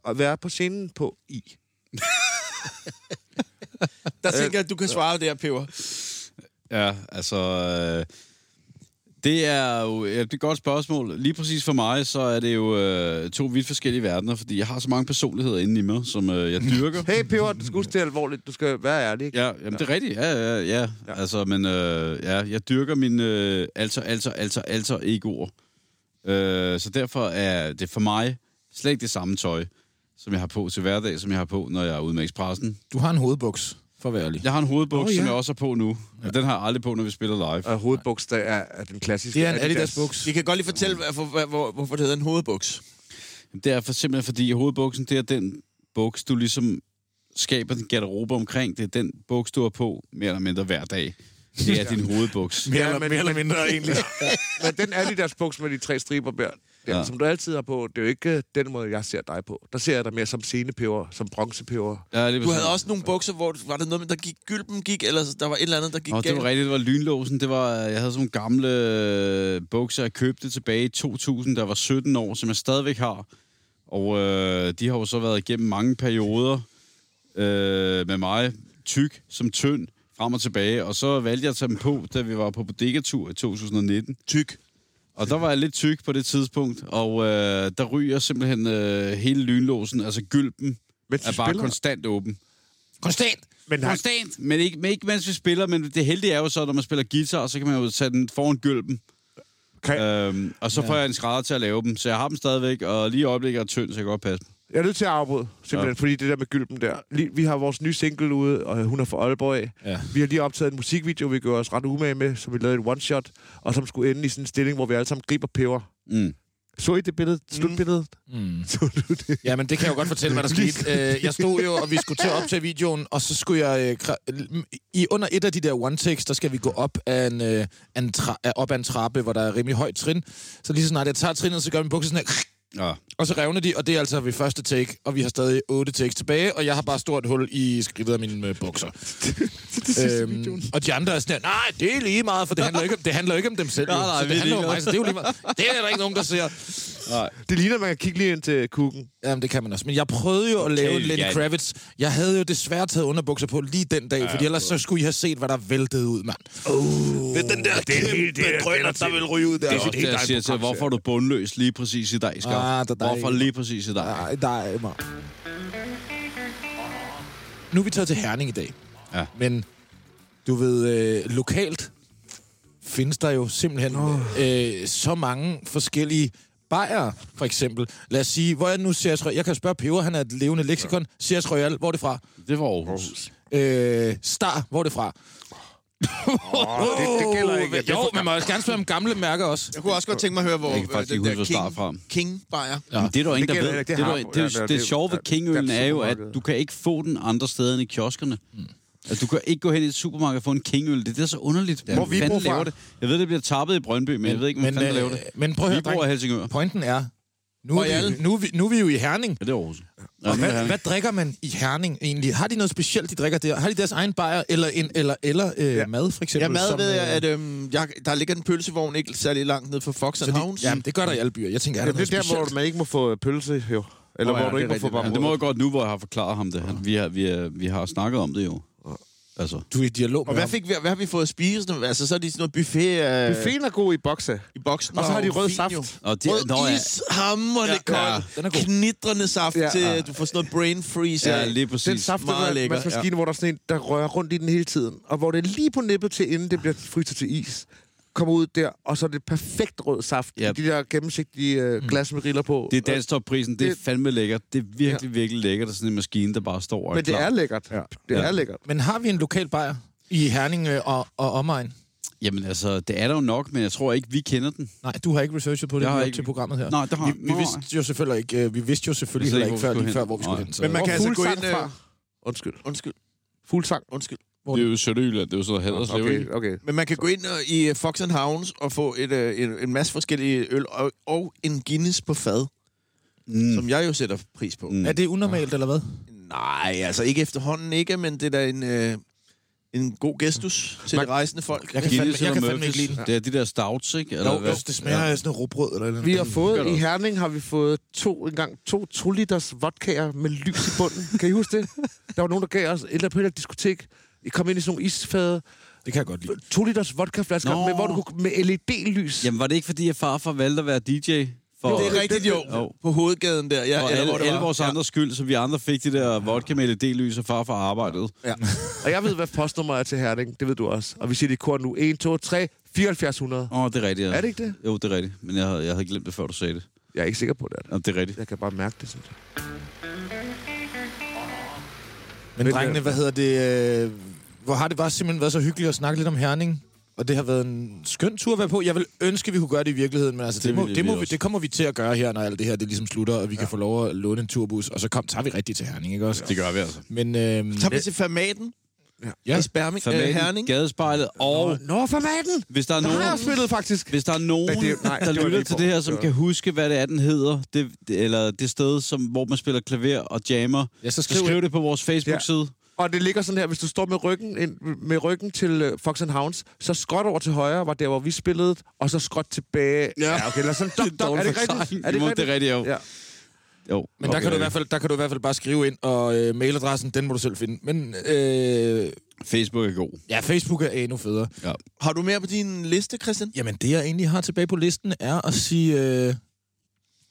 Speaker 6: at være på scenen på i?
Speaker 2: Der tænker jeg, at du kan svare der, Peber.
Speaker 3: Ja, altså... Øh, det er jo ja, det er et godt spørgsmål. Lige præcis for mig, så er det jo øh, to vidt forskellige verdener, fordi jeg har så mange personligheder inde i mig, som øh, jeg dyrker.
Speaker 6: Hey, Peber, du skal huske det er alvorligt. Du skal være ærlig. Ikke?
Speaker 3: Ja, jamen, det er rigtigt. Ja, ja, ja. ja. Altså, men øh, ja, jeg dyrker min øh, alter, alter, alter, alter altså egoer. Øh, så derfor er det for mig slet ikke det samme tøj, som jeg har på til hverdag, som jeg har på, når jeg er ude med Expressen.
Speaker 9: Du har en hovedbuks, for at være ærlig.
Speaker 3: Jeg har en hovedbuks, oh,
Speaker 9: Nå, ja.
Speaker 3: ja. som jeg også har på nu. Ja. Den har jeg aldrig på, når vi spiller live.
Speaker 6: Og hovedbuks, der er, er den klassiske
Speaker 9: Det er en Adidas-buks.
Speaker 2: Vi kan godt lige fortælle, hvorfor, hvor, hvor, hvorfor det hedder en hovedbuks.
Speaker 3: Det er for, simpelthen fordi hovedbuksen, det er den buks, du ligesom skaber din garderobe omkring. Det er den buks, du har på mere eller mindre hver dag. Det er din hovedbuks.
Speaker 6: Mere, ja, men, mere eller mindre, egentlig. men den Adidas buks med de tre striber der, den, ja.
Speaker 3: Ja.
Speaker 6: som du altid har på, det er jo ikke øh, den måde, jeg ser dig på. Der ser jeg dig mere som scenepeber, som bronzepeber.
Speaker 3: Ja, det
Speaker 2: Du havde også nogle bukser, hvor var det noget med, der gik gylpen gik, eller der var et eller andet, der gik
Speaker 3: Nå, det var rigtigt, det var lynlåsen. Det var, jeg havde sådan nogle gamle øh, bukser, jeg købte tilbage i 2000, der var 17 år, som jeg stadigvæk har. Og øh, de har jo så været igennem mange perioder øh, med mig, tyk som tynd, frem og tilbage. Og så valgte jeg at tage dem på, da vi var på bodegatur i 2019.
Speaker 2: tyk.
Speaker 3: Og der var jeg lidt tyk på det tidspunkt, og øh, der ryger simpelthen øh, hele lynlåsen, altså gylpen,
Speaker 6: Men
Speaker 3: er bare konstant åben.
Speaker 9: Konstant!
Speaker 6: men han,
Speaker 3: Konstant, men ikke, men ikke mens vi spiller, men det heldige er jo så, når man spiller guitar, så kan man jo tage den foran gylpen.
Speaker 6: kan,
Speaker 3: Øhm, og så får jeg en skrædder til at lave dem, så jeg har dem stadigvæk, og lige i øjeblikket er jeg tynd, så jeg kan godt passe dem.
Speaker 6: jeg er nødt til at afbryde, simpelthen, ja. fordi det der med gylpen der. Lige, vi har vores nye single ude, og hun er fra Aalborg af. Ja. Vi har lige optaget en musikvideo, vi gør os ret umage med, som vi lavede en one-shot, og som skulle ende i sådan en stilling, hvor vi alle sammen griber peber.
Speaker 3: Mm.
Speaker 6: Så I det billede? Slutbilledet?
Speaker 9: Ja, men det kan jeg jo godt fortælle, hvad der skete. Øh, jeg stod jo, og vi skulle til at optage videoen, og så skulle jeg... Øh, kra- i under et af de der one takes, der skal vi gå op af en, øh, af en tra- af- op ad en trappe, hvor der er rimelig højt trin. Så lige så snart jeg tager trinet, så gør min bukser sådan her,
Speaker 3: Ja.
Speaker 9: og så revner de, og det er altså ved første take, og vi har stadig otte takes tilbage, og jeg har bare stort hul i skridtet af mine øh, bukser. øhm, og de andre er sådan, her, nej, det er lige meget, for det handler ikke om, det handler ikke om dem selv. jo."
Speaker 3: Nej, nej,
Speaker 9: så
Speaker 3: vi
Speaker 9: det
Speaker 3: er
Speaker 9: handler om
Speaker 3: ligeglade.
Speaker 9: mig, så det er jo lige meget. Det er der ikke nogen, der ser.
Speaker 6: Det ligner, at man kan kigge lige ind til kukken.
Speaker 9: Jamen, det kan man også. Men jeg prøvede jo at lave
Speaker 3: Okay,
Speaker 9: Lenny
Speaker 3: Jan.
Speaker 9: Kravitz. Jeg havde jo desværre taget underbukser på lige den dag, ja, fordi ellers så skulle I have set, hvad der væltede ud, mand.
Speaker 2: Det er den der kæmpe drøner, der vil ryge ud der.
Speaker 3: Det er også det, jeg siger til, hvorfor er du bundløs lige præcis i dag, Skar?
Speaker 9: Ah, der- der er Ah.
Speaker 3: hvorfor
Speaker 9: ikke-
Speaker 3: lige præcis i dag? Ja.
Speaker 9: Nej, nej, mand. Nu er vi taget til Herning i dag.
Speaker 3: Ja.
Speaker 9: Men du ved, øh, lokalt findes der jo simpelthen oh. øh, så mange forskellige bajer, for eksempel. Lad os sige, hvor er det nu Sears Royal? Jeg kan spørge Peber, han er et levende leksikon. Sears Royal, hvor er det fra?
Speaker 3: Det var Aarhus.
Speaker 9: Øh, Star, hvor er det fra?
Speaker 6: det, det gælder ikke. Det er
Speaker 9: Jo,
Speaker 6: for-
Speaker 9: man må også gerne spørge om gamle mærker også.
Speaker 2: Jeg kunne også godt tænke mig at høre, hvor
Speaker 3: Jeg kan faktisk
Speaker 2: øh,
Speaker 3: ikke huske, hvor
Speaker 2: King,
Speaker 3: starter fra.
Speaker 2: King Bayer.
Speaker 3: Ja. Men det er der jo ingen, der
Speaker 6: gælder
Speaker 3: ved.
Speaker 6: ikke,
Speaker 3: Det, det,
Speaker 6: det
Speaker 3: det,
Speaker 6: har-
Speaker 3: det, det,
Speaker 6: ja,
Speaker 3: det,
Speaker 6: det-
Speaker 3: det sjove ved
Speaker 6: ja,
Speaker 3: Kingølen
Speaker 6: det er
Speaker 3: er jo, at
Speaker 6: supermarkedet.
Speaker 3: du kan ikke få den andre steder end i kioskerne. Mm. Altså, du kan ikke gå hen i et supermarked og få en Kingøl. Det, det er så underligt. Ja.
Speaker 6: Hvor vi bor fra?
Speaker 3: laver det? Jeg ved, det bliver tappet i Brøndby, men, men jeg ved ikke, hvem fanden der laver det.
Speaker 9: men øh, prøv at
Speaker 3: Vi
Speaker 9: høre,
Speaker 3: bor i Helsingør.
Speaker 9: Pointen er, nu er, vi, nu, er vi, nu er vi jo i Herning.
Speaker 3: Ja, det er Aarhus. Ja,
Speaker 9: Og
Speaker 3: men
Speaker 9: hvad,
Speaker 3: han-
Speaker 9: hvad drikker man i Herning egentlig? Har de noget specielt, de drikker der? Har de deres egen bajer eller, en, eller, eller øh, ja. mad, for eksempel?
Speaker 2: Ja, mad
Speaker 9: som,
Speaker 2: ved jeg,
Speaker 9: øh,
Speaker 2: at øhm, jeg, der ligger en pølsevogn ikke særlig langt ned for Fox and Hounds.
Speaker 9: Fordi, jamen, det gør der i alle byer. Jeg tænker, er der
Speaker 6: Jamen,
Speaker 9: noget
Speaker 6: det er der,
Speaker 9: specielt?
Speaker 6: hvor man ikke må få øh, pølse, jo. Eller
Speaker 2: Nå
Speaker 6: oh,
Speaker 2: ja,
Speaker 6: hvor du
Speaker 2: det
Speaker 6: ikke
Speaker 2: er
Speaker 6: må få
Speaker 2: rigtigt.
Speaker 6: bare
Speaker 3: Men det må jeg godt nu, hvor jeg har forklaret ham det. Han, vi, har, vi, har, vi har snakket om det jo. Altså,
Speaker 4: Du er i dialog
Speaker 2: Og
Speaker 4: med
Speaker 2: hvad,
Speaker 4: ham.
Speaker 2: fik vi, hvad har vi fået at spise? nu? Altså, så er det sådan noget buffet, øh,
Speaker 6: Buffeten er god i bokse.
Speaker 2: i boksen.
Speaker 6: Og så har de
Speaker 2: jo
Speaker 6: rød
Speaker 2: fint,
Speaker 6: saft.
Speaker 2: jo.
Speaker 3: og det,
Speaker 2: Rød
Speaker 3: nå, ja,
Speaker 2: is, hammerne
Speaker 3: Ja, ja,
Speaker 2: ja,
Speaker 4: den er
Speaker 2: kold,
Speaker 4: god.
Speaker 2: knitrende saft
Speaker 6: Ja.
Speaker 2: ja, til, øh, du får sådan noget brain freeze.
Speaker 3: ja, lige præcis.
Speaker 6: Den saft,
Speaker 2: Meget
Speaker 6: der
Speaker 2: lækker,
Speaker 6: er maskine, ja. hvor der er sådan en, der rører rundt i den hele tiden, og hvor det er lige på nippet til, inden det bliver fryset til is, kommer ud der, og så er det perfekt rød saft,
Speaker 3: Ja.
Speaker 6: yep. de der gennemsigtige
Speaker 2: Mm.
Speaker 6: øh, glas med riller på.
Speaker 3: Det er danstopprisen. Det er
Speaker 6: Det-
Speaker 3: fandme lækkert. Det er virkelig, virkelig lækkert. at sådan en maskine, der bare står og
Speaker 6: Men det
Speaker 3: klar.
Speaker 6: er lækkert. Ja. Det er
Speaker 3: Ja.
Speaker 6: lækkert.
Speaker 4: Men har vi en lokal bajer i Herning øh, og, og omegn?
Speaker 3: Jamen altså, det er der jo nok, men jeg tror ikke, vi kender den.
Speaker 4: Nej, du har ikke researchet på det
Speaker 3: Jeg har
Speaker 4: lige op
Speaker 3: ikke-
Speaker 4: til programmet her.
Speaker 3: Nej, det har-
Speaker 4: vi, vi
Speaker 3: nej.
Speaker 4: vidste jo selvfølgelig ikke, øh, vi vidste jo selvfølgelig
Speaker 3: Jeg ved
Speaker 4: heller
Speaker 3: ikke,
Speaker 4: ikke
Speaker 3: hvor
Speaker 4: før,
Speaker 3: vi
Speaker 4: lige
Speaker 3: skulle
Speaker 4: før,
Speaker 3: hen.
Speaker 4: hvor vi
Speaker 3: Nej.
Speaker 4: skulle hen. Så.
Speaker 2: Men man
Speaker 6: Hvor
Speaker 2: kan altså gå
Speaker 6: fuglsang
Speaker 2: ind... Øh,
Speaker 6: fra? Undskyld.
Speaker 2: undskyld.
Speaker 6: Fuldsang.
Speaker 2: Undskyld.
Speaker 4: Det
Speaker 10: er jo Sønderjylland, det er jo sådan noget Haderslev,
Speaker 6: Okay, okay.
Speaker 2: Men man kan gå ind øh, i øh, Fox and Hounds og få et, øh, en, en masse forskellige øl og, og en Guinness på fad, mm. som jeg jo sætter pris på. Mm.
Speaker 4: Er det unormalt, eller hvad?
Speaker 2: Nej, altså ikke efterhånden ikke, men det er da en, øh, en god gestus til det rejsende folk.
Speaker 4: Jeg kan
Speaker 3: Guinness
Speaker 4: fandme- jeg
Speaker 3: eller
Speaker 4: kan fandme ikke
Speaker 3: Murphys.
Speaker 4: lide den.
Speaker 3: Det er de der stouts, ikke? Eller
Speaker 4: Jo,
Speaker 3: hvad?
Speaker 4: det smager af sådan noget råbrød eller noget.
Speaker 6: Vi har
Speaker 3: gør
Speaker 6: fået,
Speaker 3: det
Speaker 6: i
Speaker 3: også.
Speaker 6: Herning har vi fået to, engang to 2 liters vodkaer med lys i bunden. kan I huske det? Der var nogen, der gav os et eller andet på et eller andet diskotek. I kom ind i sådan nogle isfade.
Speaker 4: Det kan jeg godt lide.
Speaker 6: 2 liters vodkaflasker,
Speaker 3: Nå.
Speaker 6: med, hvor du kunne, med E LED-lys.
Speaker 3: Jamen var det ikke, fordi jeg farfar valgte at være DJ? For,
Speaker 2: Det er rigtigt jo,
Speaker 3: Jo.
Speaker 2: på hovedgaden der. Ja,
Speaker 3: For
Speaker 2: eller hvor
Speaker 3: alle,
Speaker 2: det
Speaker 3: alle
Speaker 2: var.
Speaker 3: vores andres skyld, så vi andre fik de der vodka med LED-lys og farfar arbejdede.
Speaker 6: Og jeg ved, hvad postnummer er til Herning. Det ved du også. Og vi siger det i kor nu. 1, 2, 3, 7400.
Speaker 3: Åh, oh, det er rigtigt. Ja.
Speaker 6: Er det ikke det?
Speaker 3: Jo, det er rigtigt. Men jeg, havde- jeg havde glemt det, før du sagde det.
Speaker 6: Jeg er ikke sikker på det. er det.
Speaker 3: Ja, det er rigtigt.
Speaker 6: Jeg kan bare mærke det sådan.
Speaker 4: Men drengene, hvad hedder det? Øh, hvor har det bare simpelthen været så hyggeligt at snakke lidt om Herning? Og det har været en skøn tur at være på. Jeg vil ønske, vi kunne gøre det i virkeligheden, men altså, det, det,
Speaker 3: Det
Speaker 4: må,
Speaker 3: ville
Speaker 4: det,
Speaker 3: vi
Speaker 4: må vi,
Speaker 3: også.
Speaker 4: det kommer vi til at gøre her, når alt det her det ligesom slutter, og vi ja. kan få lov at låne en turbus, og så kom, tager vi rigtigt til Herning, ikke også?
Speaker 3: Det gør vi altså.
Speaker 4: Men øhm,
Speaker 2: Tager vi til Fermaten
Speaker 4: ja,
Speaker 2: i Sperming, øh,
Speaker 3: Formaten,
Speaker 2: Herning?
Speaker 3: gadespejlet, og
Speaker 6: Nå, for maten!
Speaker 3: hvis der er
Speaker 6: Der
Speaker 3: nogen...
Speaker 6: har jeg spillet, faktisk.
Speaker 3: Hvis der er nogen,
Speaker 6: Ja, det-
Speaker 3: det, nej,
Speaker 6: nej, det
Speaker 3: der
Speaker 6: var
Speaker 3: lytter
Speaker 6: Viborg.
Speaker 3: til det her, som
Speaker 6: Det var-
Speaker 3: kan huske, hvad det er, den hedder, det, det, eller det sted, som, hvor man spiller klaver og jammer,
Speaker 4: Ja, så
Speaker 3: så
Speaker 4: skriv
Speaker 3: skriv, det på vores Facebook-side.
Speaker 6: Og det ligger sådan her, hvis du står med ryggen, ind, med ryggen til øh, Fox and Hounds, så skråt over til højre var der, hvor vi spillede, og så skråt tilbage. Ja, okay, eller sådan dok, dok. Er det ikke rigtigt?
Speaker 3: Er det, det er rigtigt, jo.
Speaker 6: Ja.
Speaker 3: jo.
Speaker 4: Men der
Speaker 3: Okay.
Speaker 4: kan, du i hvert fald, der kan du i hvert fald bare skrive ind, og øh, mailadressen, den må du selv finde. Men øh,
Speaker 3: Facebook er god.
Speaker 4: ja, Facebook er endnu federe.
Speaker 2: Har du mere på din liste, Christian?
Speaker 4: Jamen, det jeg egentlig har tilbage på listen, er at sige øh,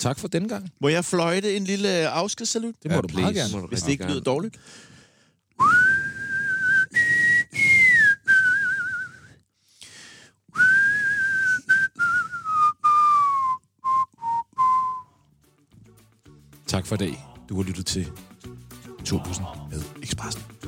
Speaker 4: tak for den gang.
Speaker 2: Må jeg fløjte en lille øh, afskedssalut?
Speaker 4: Det må
Speaker 3: Ja,
Speaker 4: du meget
Speaker 3: please.
Speaker 4: gerne.
Speaker 2: Hvis det ikke lyder dårligt.
Speaker 4: Tak for i dag. Du har lyttet til Turbussen med Expressen.